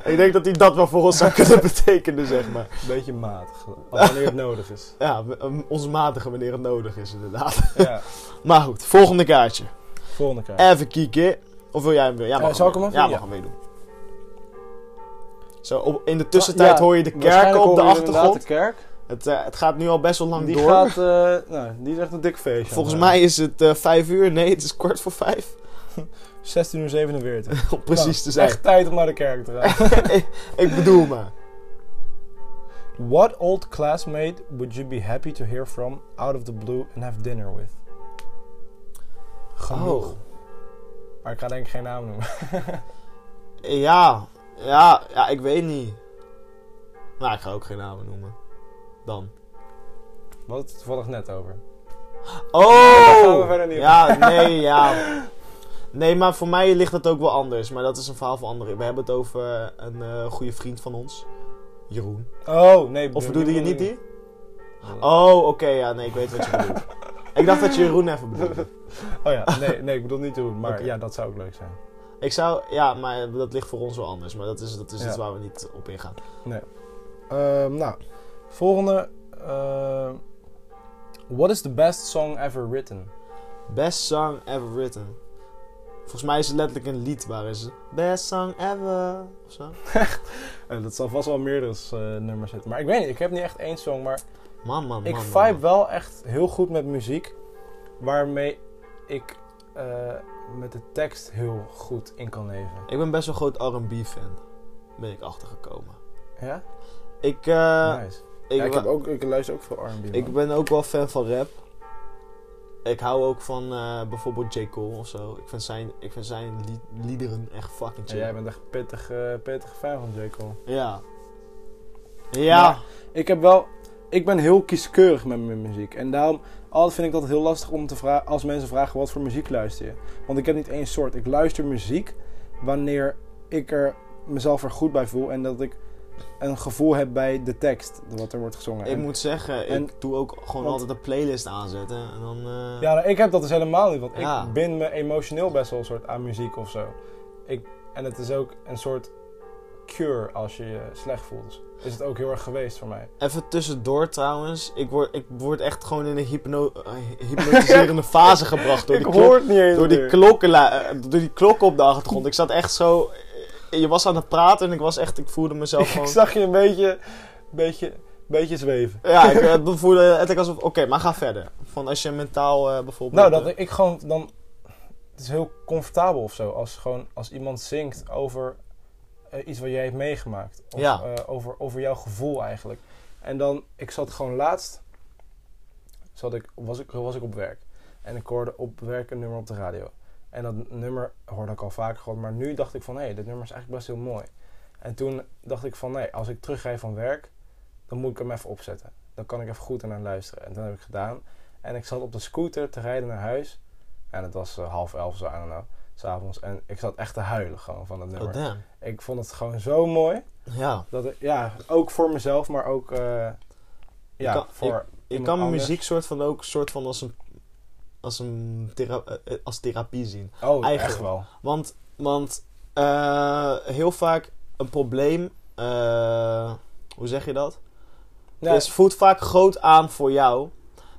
S2: ik denk dat hij dat wel voor ons zou kunnen (laughs) betekenen, zeg maar.
S1: Een (laughs) beetje matig. Wanneer het nodig is.
S2: Ja, we- eh, ons matigen wanneer het nodig is, inderdaad.
S1: Ja,
S2: Maar goed, volgende kaartje.
S1: volgende keer.
S2: Even kieken. Of wil jij hem weer? Ja, mag
S1: Eh, zal ik hem
S2: weer-
S1: even?
S2: Ja, mag
S1: Ja.
S2: hem weer doen. Zo, op, in de tussentijd
S1: Ja,
S2: hoor je de kerk
S1: Waarschijnlijk
S2: op de
S1: horen jullie inderdaad
S2: achtergrond.
S1: De kerk.
S2: Het, eh, het gaat nu al best wel lang
S1: Die
S2: door.
S1: gaat, eh, nou, die is echt een dik feestje.
S2: Volgens mij is het eh, vijf uur. Nee, het is kwart voor vijf. (laughs)
S1: 16 uur 47.
S2: Om precies
S1: Nou,
S2: te zijn.
S1: Echt tijd om naar de kerk te gaan. (laughs)
S2: ik bedoel maar.
S1: What old classmate would you be happy to hear from out of the blue and have dinner with? Genoeg.
S2: Oh.
S1: Maar ik ga denk ik geen naam noemen. (laughs)
S2: Ja, ja, ja, ik weet niet. Nou, ik ga ook geen namen noemen. Dan.
S1: We hadden het toevallig net over.
S2: Oh!
S1: gaan we verder niet op. (laughs)
S2: ja, nee, ja. Nee, maar voor mij ligt het ook wel anders. Maar dat is een verhaal voor anderen. We hebben het over een eh, goede vriend van ons. Jeroen.
S1: Oh, nee.
S2: Of
S1: bedoel-
S2: bedoelde je niet die?
S1: Nee.
S2: Oh, oké, ja, nee, ik weet wat je
S1: (laughs)
S2: bedoelt. ik dacht dat je Jeroen even bedoelde.
S1: Oh ja, nee, nee, ik bedoel niet Jeroen, maar
S2: (laughs) Oké.
S1: ja, dat zou ook leuk zijn.
S2: Ik zou, ja, maar dat ligt voor ons wel anders. Maar dat is, dat is
S1: Ja.
S2: iets waar we niet op ingaan.
S1: Ehm, nou, volgende. ehm, what is the best song ever written?
S2: Best song ever written. Volgens mij is het letterlijk een lied waar is het? Best song ever. Of zo.
S1: Eh, dat zal vast wel meerdere eh, nummers zitten. Maar ik weet niet, ik heb niet echt één song, maar
S2: Man, man, man.
S1: ik
S2: man,
S1: vibe
S2: man.
S1: wel echt heel goed met muziek. Waarmee ik eh, met de tekst heel goed in kan leven.
S2: Ik ben best wel groot R&B fan. Ben ik achtergekomen.
S1: Ja?
S2: Ik, eh,
S1: nice.
S2: ik,
S1: Ja, ik,
S2: wa-
S1: heb ook, ik luister ook veel R&B.
S2: ik
S1: man.
S2: ben ook wel fan van rap. Ik hou ook van eh, bijvoorbeeld J. Cole of zo. Ik vind zijn, ik vind zijn lied- liederen echt fucking
S1: Ja,
S2: chill.
S1: jij bent echt pittig, eh, pittig fan van J. Cole.
S2: Ja. Ja.
S1: Ik heb wel... Ik ben heel kieskeurig met mijn muziek. En daarom altijd vind ik dat heel lastig om te vragen... Als mensen vragen wat voor muziek luister je. Want ik heb niet één soort. Ik luister muziek wanneer ik er mezelf er goed bij voel. En dat ik een gevoel heb bij de tekst. Wat er wordt gezongen.
S2: Ik
S1: En-
S2: moet zeggen,
S1: en-
S2: ik doe ook gewoon
S1: want-
S2: altijd een playlist aanzetten. En dan, eh,
S1: Ja, nou, ik heb dat dus helemaal niet. Want
S2: Ja.
S1: ik bind me emotioneel best wel een soort aan muziek of zo. Ik, en het is ook een soort cure als je je slecht voelt. Dus Is het ook heel erg geweest voor mij.
S2: Even tussendoor trouwens. Ik word, ik word echt gewoon in een hypno eh,
S1: (laughs)
S2: hypnotiserende fase gebracht door die, klok-
S1: het niet eens
S2: door, die klokken, eh, door die klokken op de achtergrond. Ik zat echt zo eh, je was aan het praten en ik was echt, ik voelde mezelf
S1: (laughs) Ik
S2: gewoon...
S1: zag je een beetje, beetje, beetje zweven.
S2: Ja, ik eh, dat voelde het leek alsof, oké, maar ga verder. Van als je mentaal eh, bijvoorbeeld...
S1: Nou, dat
S2: eh,
S1: ik- ik gewoon dan. Het is heel comfortabel of zo. Als, gewoon, als iemand zingt over eh, iets wat jij hebt meegemaakt. Of
S2: Ja.
S1: eh, over, over jouw gevoel eigenlijk. En dan, ik zat gewoon laatst. Zat ik, was, ik, was ik op werk. En ik hoorde op werk een nummer op de radio. En dat nummer hoorde ik al vaker gehoord. Maar nu dacht ik van, hé, dit nummer is eigenlijk best heel mooi. En toen dacht ik van, nee, als ik terugrijd van werk, dan moet ik hem even opzetten. Dan kan ik even goed ernaar luisteren. En dat heb ik gedaan. En ik zat op de scooter te rijden naar huis. En het was eh, half elf, zo, I don't know, s'avonds. En ik zat echt te huilen gewoon van het
S2: oh,
S1: nummer.
S2: damn.
S1: ik vond het gewoon zo mooi.
S2: Ja.
S1: Dat ik, ja, ook voor mezelf, maar ook eh, ja,
S2: kan-
S1: voor
S2: Je
S1: iemand
S2: kan
S1: anders.
S2: muziek soort van ook soort van als een, als een thera- eh, eh, als therapie zien.
S1: Oh,
S2: eigen-
S1: echt wel.
S2: Want, want eh, heel vaak een probleem, eh, hoe zeg je dat?
S1: Nee,
S2: Is, voelt vaak groot aan voor jou.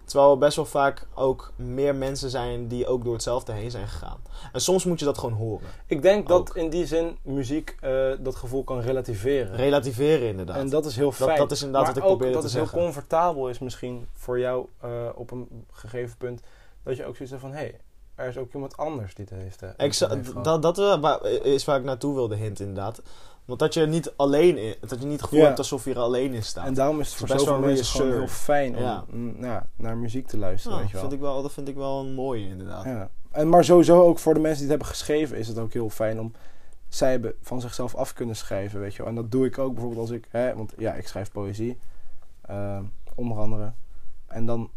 S2: Terwijl er best wel vaak ook meer mensen zijn die ook door hetzelfde heen zijn gegaan. En soms moet je dat gewoon horen.
S1: ik denk dat
S2: ook.
S1: in die zin muziek eh, dat gevoel kan relativeren.
S2: Relativeren inderdaad.
S1: En dat is heel
S2: dat,
S1: fijn.
S2: dat is inderdaad
S1: maar
S2: wat ik
S1: ook
S2: probeerde
S1: dat
S2: te
S1: het
S2: zeggen.
S1: heel comfortabel is misschien voor jou eh, op een gegeven punt. Dat je ook zoiets hebt van, hé, hey, er is ook iemand anders die het heeft. eh,
S2: Ik zou-
S1: heeft gehad.
S2: dat, dat eh, waar- is waar ik naartoe wilde hint inderdaad. Want dat je niet alleen i- dat je niet het gevoel
S1: Ja.
S2: hebt alsof je er alleen in staat.
S1: En daarom is het
S2: Het
S1: voor
S2: is best
S1: zoveel
S2: wel
S1: mensen gewoon heel fijn om
S2: Ja.
S1: mm, ja, naar muziek te luisteren,
S2: Ja,
S1: weet je wel.
S2: Nou, vind ik wel, dat vind ik wel een mooie inderdaad.
S1: Ja. En, maar sowieso ook voor de mensen die het hebben geschreven is het ook heel fijn om... Zij hebben van zichzelf af kunnen schrijven, weet je wel. En dat doe ik ook bijvoorbeeld als ik... Hè, want ja, ik schrijf poëzie, eh, onder andere. En dan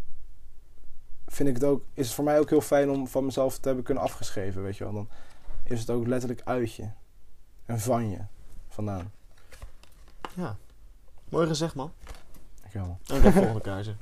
S1: vind ik het ook... Is het voor mij ook heel fijn om van mezelf te hebben kunnen afgeschreven, weet je wel. Dan is het ook letterlijk uit je. En van je. Vandaan.
S2: Ja. Mooi gezegd man.
S1: Oh, Ik helemaal.
S2: En ik heb volgende kaartje.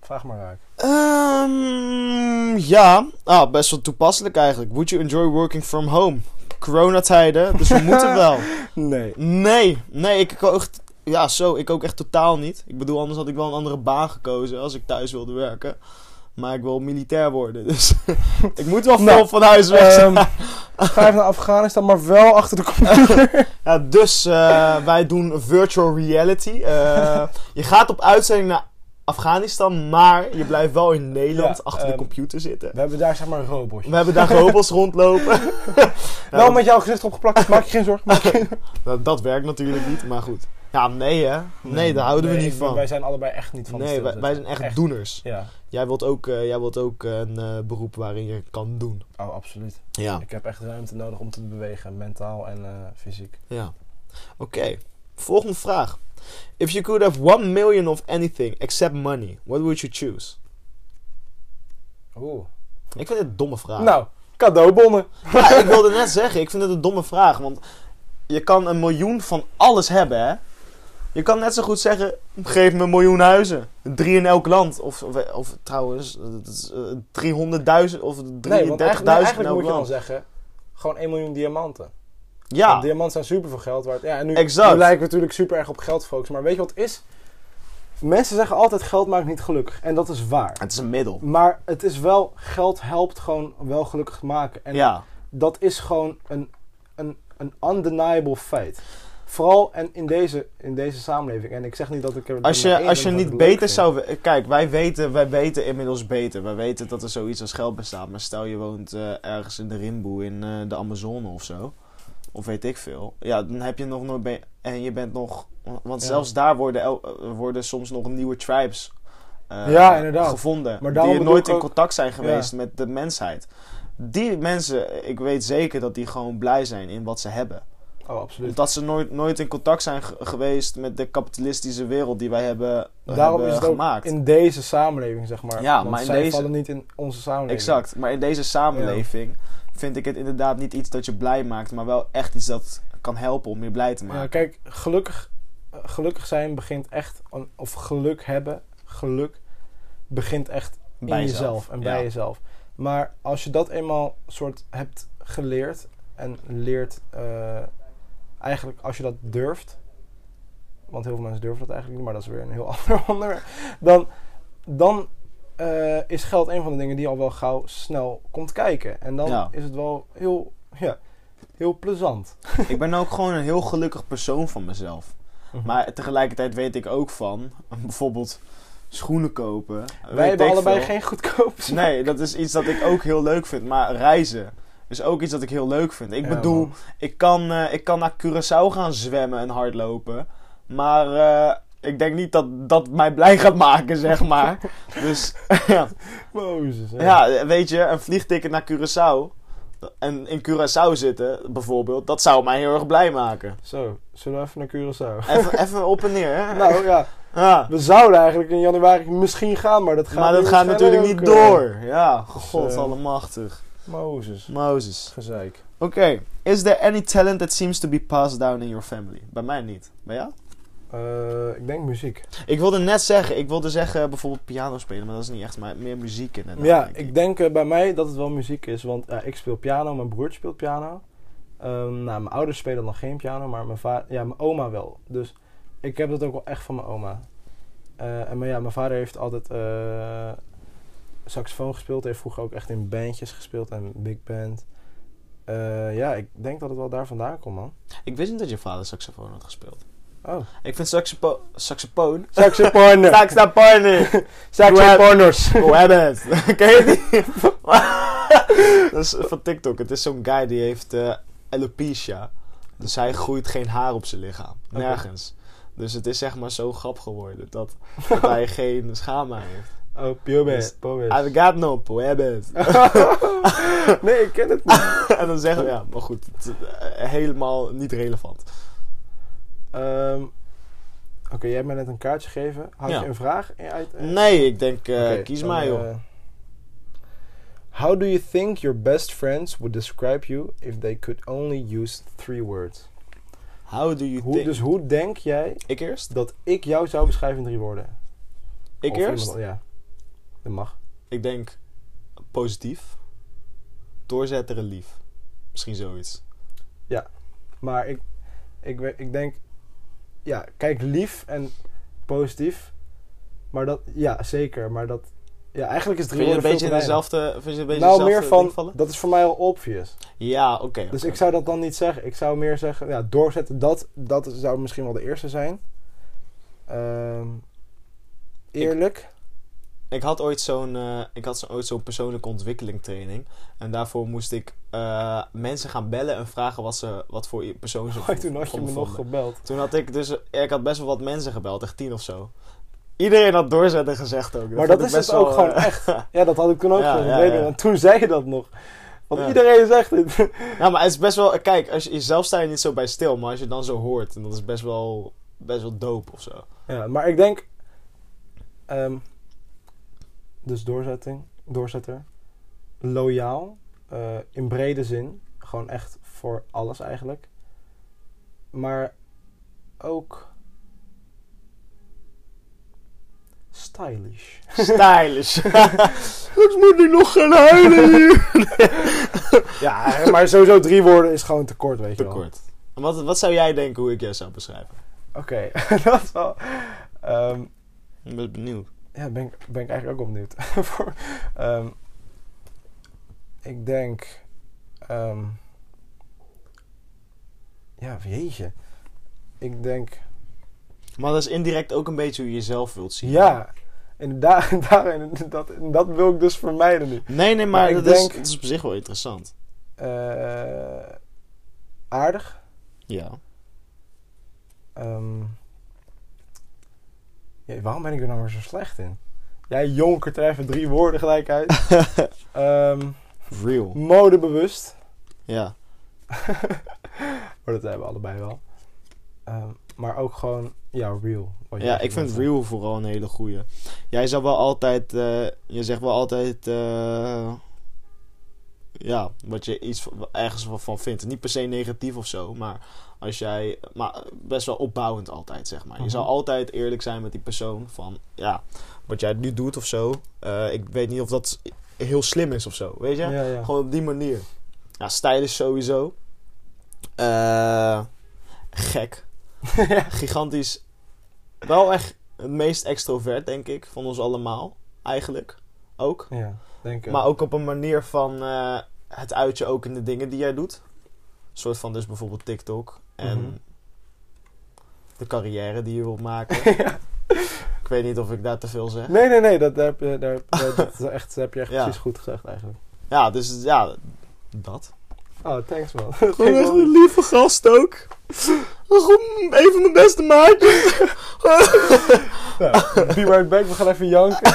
S1: Vraag maar raak.
S2: (laughs) Ehm, ja, ah, best wel toepasselijk eigenlijk. Would you enjoy working from home? Coronatijden, dus we
S1: (laughs)
S2: moeten wel.
S1: Nee.
S2: Nee, nee, ik ook echt, ja, zo, ik ook echt totaal niet. Ik bedoel, anders had ik wel een andere baan gekozen als ik thuis wilde werken. Maar ik wil militair worden, (laughs) dus ik moet wel veel
S1: Nou,
S2: van huis weg. zijn.
S1: (laughs) Ehm, ga even naar Afghanistan, maar wel achter de computer.
S2: Ja, dus eh, wij doen virtual reality.
S1: (laughs)
S2: Eh, je gaat op uitzending naar Afghanistan, maar je blijft wel in Nederland
S1: Ja,
S2: achter de
S1: ehm,
S2: computer zitten.
S1: We hebben daar zeg maar een robotje. Nou,
S2: We hebben
S1: (laughs)
S2: daar robots rondlopen. Nou, Ja,
S1: Wel met jouw gezicht opgeplakt, dus maak je geen zorgen. Maak je geen...
S2: dat, dat werkt natuurlijk niet, maar goed. Ja, nee hè. Nee, daar houden
S1: Nee,
S2: we niet
S1: ik-
S2: van.
S1: Wij zijn allebei echt niet van dus het
S2: nee, wij, wij zijn
S1: stilzitten.
S2: echt, doeners.
S1: Ja,
S2: Jij wilt ook, eh, jij wilt ook een eh, beroep waarin je kan doen.
S1: oh, absoluut.
S2: Ja.
S1: Ik heb echt ruimte nodig om te bewegen, mentaal en eh, fysiek.
S2: ja. Oké, volgende vraag. If you could have one million of anything except money, what would you choose?
S1: Oeh.
S2: Ik vind dit een domme vraag.
S1: Nou, cadeaubonnen.
S2: Ja, ik wilde net zeggen, ik vind het een domme vraag. Want je kan een miljoen van alles hebben, hè? Je kan net zo goed zeggen, geef me een miljoen huizen. Drie in elk land. Of, of, of trouwens, dat is, eh, 300.000 of 33.000
S1: Nee, want eigenlijk,
S2: in
S1: nee,
S2: elk
S1: eigenlijk moet je dan
S2: land.
S1: zeggen, gewoon 1 miljoen diamanten. Want
S2: Ja,
S1: diamanten zijn super veel geld waard. Ja, en nu, nu
S2: Exact.
S1: lijken we natuurlijk super erg op geld focussen. Maar weet je wat het is? Mensen zeggen altijd geld maakt niet gelukkig. En dat is waar.
S2: het is een middel.
S1: Maar het is wel, geld helpt gewoon wel gelukkig maken. En
S2: Ja,
S1: dat is gewoon een, een, een undeniable feit. Vooral en in, deze, in deze samenleving. En ik zeg niet dat ik er.
S2: als je,
S1: nummer één
S2: als je
S1: ben wat
S2: niet
S1: ik leuk
S2: beter
S1: vind.
S2: zou... we- Kijk, wij weten, wij weten inmiddels beter. Wij weten dat er zoiets als geld bestaat. Maar stel je woont eh, ergens in de Rimboe in eh, de Amazone of zo. Of weet ik veel. Ja, dan heb je nog nooit... be- en je bent nog... Want
S1: Ja.
S2: zelfs daar worden, el- eh, worden soms nog nieuwe tribes eh,
S1: Ja, inderdaad.
S2: gevonden.
S1: Maar daarom
S2: die
S1: bedoel
S2: nooit
S1: ik
S2: in
S1: ook-
S2: contact zijn geweest met de mensheid. Die mensen, ik weet zeker dat die gewoon blij zijn in wat ze hebben.
S1: Oh, absoluut.
S2: Omdat ze nooit, nooit in contact zijn ge- geweest met de kapitalistische wereld die wij hebben, eh,
S1: Daarom
S2: hebben
S1: is het ook
S2: gemaakt.
S1: in deze samenleving, zeg maar.
S2: Ja,
S1: Want
S2: maar in
S1: zij
S2: deze-
S1: vallen niet in onze samenleving.
S2: Exact. Maar in deze samenleving vind ik het inderdaad niet iets dat je blij maakt, maar wel echt iets dat kan helpen om je blij te
S1: Ja,
S2: maken.
S1: kijk, gelukkig, eh, gelukkig zijn begint echt. aan- Of geluk hebben, geluk begint echt bij jezelf, en bij
S2: Ja.
S1: jezelf. Maar als je dat eenmaal soort hebt geleerd en leert eh, eigenlijk als je dat durft, want heel veel mensen durven dat eigenlijk niet, maar dat is weer een heel (laughs) ander onderwerp. Dan, dan eh, is geld een van de dingen die al wel gauw snel komt kijken. En dan
S2: Ja.
S1: is het wel heel ja, heel plezant.
S2: ik ben ook gewoon een heel gelukkig persoon van mezelf. Maar tegelijkertijd weet ik ook van, (laughs) bijvoorbeeld schoenen kopen.
S1: Wij
S2: Weet
S1: hebben
S2: ik
S1: allebei
S2: veel. Nou,
S1: geen goedkope smaak.
S2: Nee, dat is iets dat ik ook heel leuk vind. Maar reizen is ook iets dat ik heel leuk vind. Ik
S1: Ja,
S2: bedoel,
S1: man.
S2: ik kan, eh, ik kan naar Curaçao gaan zwemmen en hardlopen. Maar eh, ik denk niet dat dat mij blij gaat maken, zeg maar.
S1: (laughs)
S2: dus ja.
S1: Mozes, hè.
S2: ja, weet je, een vliegticket naar Curaçao. En in Curaçao zitten, bijvoorbeeld, dat zou mij heel erg blij maken.
S1: Zo, zullen we even naar
S2: (laughs)
S1: Curaçao? (laughs)
S2: Even, even op en neer, hè?
S1: nou ja,
S2: ja.
S1: we zouden eigenlijk in januari misschien gaan, maar dat gaat
S2: Maar dat
S1: niet
S2: gaat
S1: waarschijnlijk
S2: natuurlijk
S1: ook,
S2: niet
S1: eh,
S2: door. Ja, god
S1: eh,
S2: allemachtig.
S1: Mozes,
S2: Mozes.
S1: gezeik.
S2: Oké, is there any talent that seems to be passed down in your family? Bij mij niet. Bij jou?
S1: Eh, ik denk muziek.
S2: Ik wilde net zeggen, ik wilde zeggen bijvoorbeeld piano spelen, maar dat is niet echt, maar meer muziek inderdaad.
S1: Ja,
S2: denk
S1: ik denk eh, bij mij dat het wel muziek is, want eh, ik speel piano, mijn broertje speelt piano. Ehm, nou, mijn ouders spelen dan geen piano, maar mijn, va- ja, mijn oma wel. Dus ik heb dat ook wel echt van mijn oma. Eh, en maar ja, mijn vader heeft altijd eh, saxofoon gespeeld, heeft vroeger ook echt in bandjes gespeeld en big band. Eh, ja, ik denk dat het wel daar vandaan komt,
S2: (laughs)
S1: man.
S2: Ik wist niet dat je vader saxofoon had gespeeld.
S1: Oh.
S2: Ik vind saxopo saxofoon...
S1: Saxofoon!
S2: Saxofoon! (laughs)
S1: (laughs) Saxofooners!
S2: Hoe hebben het? (laughs) Ken je die? dat is van TikTok. Het is zo'n guy die heeft eh alopecia. Dus hij groeit geen haar op zijn lichaam.
S1: Oké.
S2: Nergens. Dus het is zeg maar zo grap geworden
S1: (laughs)
S2: dat, dat hij geen schaamhaar heeft.
S1: Oh, pubis. pubis.
S2: I've got no poebet.
S1: (laughs) nee, ik ken het niet.
S2: (laughs) en dan zeggen we, ja, maar goed, het, eh, helemaal niet relevant.
S1: Ehm, Oké, jij hebt mij net een kaartje gegeven. Had
S2: Ja.
S1: je een vraag? in- uit- eh?
S2: Nee, ik denk, eh,
S1: Oké,
S2: kies
S1: dan,
S2: mij joh.
S1: eh, how do you think your best friends would describe you if they could only use three words?
S2: How do you
S1: Hoe,
S2: think?
S1: dus hoe denk jij
S2: ik eerst?
S1: dat ik jou zou beschrijven in drie woorden?
S2: Ik
S1: Of
S2: eerst?
S1: iemand- ja, dat mag.
S2: Ik denk positief, doorzetter en lief. Misschien zoiets.
S1: Maar ik, ik, we- ik denk, ja, kijk, lief en positief. Maar dat, ja, zeker. Maar dat, ja, eigenlijk is drie
S2: Vind je het
S1: woorden
S2: een beetje in
S1: veel te weinig.
S2: dezelfde, vind je een beetje
S1: Nou,
S2: dezelfde
S1: meer van,
S2: ding vallen?
S1: dat is voor mij al obvious.
S2: Ja, oké.
S1: Dus
S2: oké.
S1: ik zou dat dan niet zeggen. Ik zou meer zeggen, ja, doorzetten, dat, dat zou misschien wel de eerste zijn. Ehm,
S2: (laughs)
S1: eerlijk.
S2: Ik had ooit zo'n, eh, ik had zo, ooit zo'n persoonlijke ontwikkeling training. En daarvoor moest ik eh, mensen gaan bellen en vragen wat, ze, wat voor i- persoon ze
S1: Oh, toen had je
S2: vond-
S1: me nog
S2: vonden.
S1: gebeld.
S2: Toen had ik dus, ja, ik had best wel wat mensen gebeld, echt tien of zo. Iedereen had doorzetten gezegd ook.
S1: Maar
S2: vond
S1: dat
S2: ik
S1: is
S2: best
S1: het ook
S2: wel,
S1: gewoon
S2: eh,
S1: echt. Ja, dat had ik toen ook
S2: (laughs) Ja,
S1: ja,
S2: ja, ja.
S1: Want toen zei je dat nog. Want
S2: Ja.
S1: iedereen zegt het.
S2: Nou, maar het is best wel... Kijk, als je, jezelf sta je niet zo bij stil. Maar als je het dan zo hoort, dan is het best wel... Best wel dope of
S1: (laughs)
S2: zo.
S1: Ja, maar ik denk... ehm, dus doorzetting, doorzetter. Loyaal. eh, in brede zin. Gewoon echt voor alles eigenlijk. Maar ook... Stylish. (laughs)
S2: Stylish. Het moet nu nog gaan huilen hier.
S1: Ah, Ja, maar sowieso drie woorden is gewoon tekort, weet je wel.
S2: Tekort. En Wat, wat zou jij denken hoe ik jou zou beschrijven?
S1: Oké, (laughs) dat is wel... ehm, (laughs)
S2: Ik ben benieuwd.
S1: Ja, ben ik, ben ik eigenlijk ook opnieuwd. Voor, (laughs) ehm, ik denk. ehm, ja, jeetje. Ik denk.
S2: Maar dat is indirect ook een beetje hoe je jezelf wilt zien.
S1: Ja, inderdaad. (laughs) Daar, en dat, en dat wil ik dus vermijden nu.
S2: Nee, nee,
S1: Maar
S2: maar,
S1: ik
S2: dat
S1: denk-
S2: is, het is op zich wel interessant.
S1: Eh, aardig.
S2: Ja.
S1: Ehm, ja, waarom ben ik er nou weer zo slecht in? Jij jonkert er even drie woorden gelijk
S2: (laughs)
S1: uit. Ehm,
S2: Real.
S1: modebewust.
S2: Ja.
S1: Maar dat hebben we allebei wel. Ehm, maar ook gewoon, ja, real. Wat je
S2: Ja,
S1: echt
S2: ik vind
S1: bent.
S2: real vooral een hele goeie. Jij zou wel altijd... eh, je zegt wel altijd... eh, ja, wat je iets van- ergens van- van vindt. Niet per se negatief of zo, maar als jij... Maar best wel opbouwend altijd, zeg maar. Je
S1: Mhm.
S2: zou altijd eerlijk zijn met die persoon van... Ja, wat jij nu doet of zo. eh, ik weet niet of dat heel slim is of zo, weet je?
S1: Ja, ja.
S2: Gewoon op die manier. Ja, stijl is sowieso. Eh, gek. Gigantisch. Wel echt het meest extrovert, denk ik, van ons allemaal. Eigenlijk. Ook.
S1: Ja, denk ik.
S2: Maar ook op een manier van eh, het uit je ook in de dingen die jij doet. soort van dus bijvoorbeeld TikTok.
S1: Mhm.
S2: En de carrière die je wilt maken.
S1: Ja.
S2: Ik weet niet of ik daar te veel zeg.
S1: Nee, nee, nee, dat, daar, heb je-
S2: (laughs)
S1: daar, daar- dat is echt, dat heb je echt
S2: Ja.
S1: precies goed gezegd eigenlijk.
S2: Ja, dus ja, dat.
S1: Oh, thanks man. (laughs)
S2: Gewoon echt een lieve gast ook. Gewoon een van mijn beste maatjes.
S1: Nou, be right back, we gaan even
S2: (laughs)
S1: janken.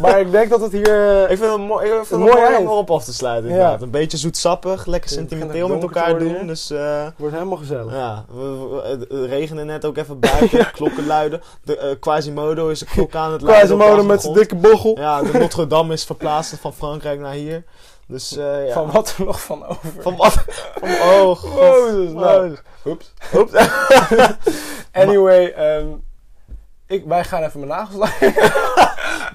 S1: Maar ik denk dat het hier... eh,
S2: Ik vind het mooi, ik vind het
S1: Mooi
S2: mooi
S1: eind.
S2: om erop af te sluiten.
S1: Ja.
S2: Inderdaad. Een beetje zoetsappig, lekker
S1: Het begint
S2: sentimenteel
S1: echt
S2: met
S1: donker te
S2: elkaar
S1: worden
S2: doen.
S1: hier.
S2: Dus eh,
S1: Wordt helemaal gezellig.
S2: ja, we, we- het het regende net ook
S1: (laughs)
S2: even buiten. Klokken luiden. De, eh, Quasimodo is de klok aan het luiden. op de
S1: Quasimodo met zijn
S2: achtergrond.
S1: dikke bochel.
S2: Ja, de Notre Dame is verplaatst van Frankrijk naar hier. Dus eh, ja.
S1: Van wat er nog van over.
S2: Van wat? Van, oh, god.
S1: Jezus, nou.
S2: Oh.
S1: Oeps.
S2: Oeps.
S1: Anyway, ehm, ik, wij gaan even mijn nagels lakken.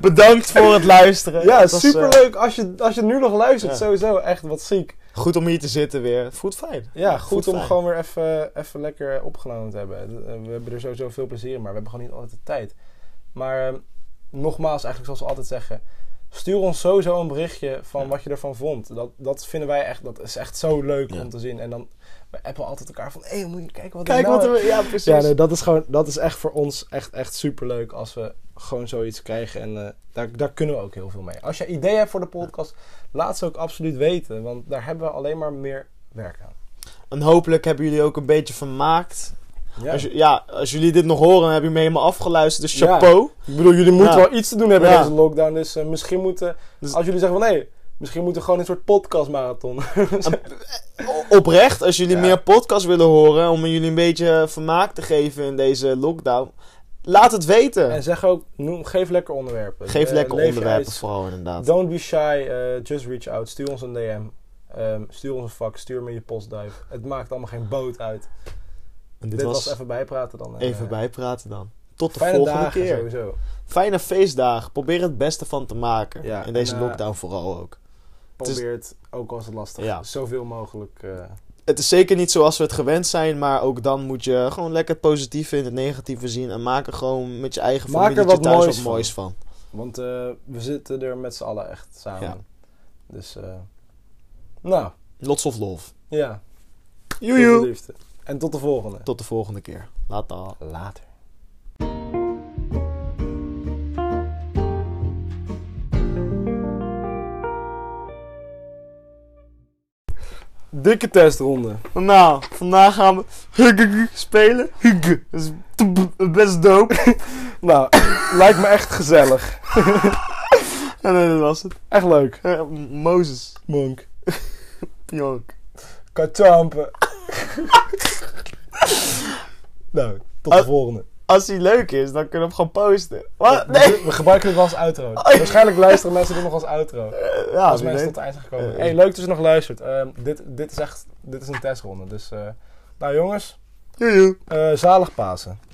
S2: Bedankt voor het luisteren.
S1: Ja,
S2: Het was, eh,
S1: superleuk als je, als je nu nog luistert.
S2: Ja.
S1: Sowieso echt wat ziek.
S2: Goed om hier te zitten weer. Voelt fijn.
S1: Ja, goed
S2: voelt
S1: om
S2: fijn.
S1: gewoon weer even, even lekker opgenomen te hebben. Eh, We hebben er sowieso veel plezier in, maar we hebben gewoon niet altijd de tijd. Maar ehm, nogmaals, eigenlijk zoals we altijd zeggen... Stuur ons sowieso een berichtje van
S2: Ja.
S1: wat je ervan vond. Dat, dat vinden wij echt, dat is echt zo leuk
S2: Ja.
S1: om te zien. En dan, we appen altijd elkaar van, hé, hey, moet je kijken wat
S2: Kijk
S1: nou
S2: wat er... Ja, precies.
S1: Ja, nee, dat is gewoon, dat is echt voor ons echt, echt superleuk als we gewoon zoiets krijgen. En eh, daar, daar kunnen we ook heel veel mee. Als je ideeën hebt voor de podcast, laat ze ook absoluut weten. Want daar hebben we alleen maar meer werk aan.
S2: En hopelijk hebben jullie ook een beetje vermaakt.
S1: Ja.
S2: Als, ju- ja, als jullie dit nog horen, dan heb je me helemaal afgeluisterd. Dus
S1: Ja.
S2: chapeau.
S1: Ik bedoel, jullie moeten
S2: Ja.
S1: wel iets te doen hebben
S2: Ja.
S1: in deze lockdown. Dus eh, misschien moeten,
S2: Dus-
S1: als jullie zeggen van, hé, misschien moeten we gewoon een soort podcastmarathon.
S2: O- Oprecht, als jullie
S1: Ja.
S2: meer podcasts willen horen... om jullie een beetje vermaak te geven in deze lockdown... laat het weten.
S1: en zeg ook, noem, geef lekker onderwerpen.
S2: Geef
S1: Eh,
S2: lekker
S1: leef je
S2: onderwerpen
S1: uit.
S2: vooral, inderdaad.
S1: Don't be shy, eh, just reach out. Stuur ons een DM. Ehm, stuur ons een fax, stuur me je postduif. Het maakt allemaal geen boot uit.
S2: En dit,
S1: Dit,
S2: was,
S1: was, even bijpraten dan. en,
S2: even
S1: eh,
S2: bijpraten dan. Tot de
S1: Fijne
S2: volgende
S1: dagen
S2: keer.
S1: sowieso.
S2: Fijne feestdagen. Probeer het beste van te maken.
S1: Ja,
S2: in deze
S1: en, eh,
S2: lockdown vooral ook. is-
S1: Probeer het, ook al is het lastig,
S2: Ja.
S1: zoveel mogelijk. eh,
S2: Het is zeker niet zoals we het gewend zijn, maar ook dan moet je gewoon lekker het positieve en het negatieve zien. En maak er gewoon met je eigen
S1: Maak er
S2: familie
S1: wat
S2: thuis
S1: moois
S2: wat
S1: van.
S2: moois van.
S1: want eh, we zitten er met z'n allen echt samen.
S2: Ja.
S1: Dus, eh, nou,
S2: Lots of love.
S1: ja. Tot de
S2: Joejoe.
S1: liefde. En tot de volgende.
S2: Tot de volgende keer. Later.
S1: Later. Dikke testronde.
S2: Nou, vandaag gaan we (laughs) spelen. Dat is best dope.
S1: Nou, lijkt me echt gezellig.
S2: (laughs) En dat was het.
S1: Echt leuk.
S2: Eh, Mozes.
S1: Monk.
S2: Pionk.
S1: Kachampen. nou, tot de
S2: Ah,
S1: volgende.
S2: Als hij leuk is, dan kunnen we hem gewoon posten. Wat?
S1: We-
S2: Oh, Nee.
S1: We gebruiken dit wel als outro. Waarschijnlijk luisteren mensen dit nog als outro.
S2: Eh, Ja,
S1: Als
S2: wie
S1: mensen tot
S2: weet.
S1: het eind zijn gekomen.
S2: Eh,
S1: hey, leuk dat je nog luistert. Ehm, dit, dit is echt dit is een testronde. Dus, eh, nou jongens,
S2: Joejoe.
S1: eh, zalig Pasen.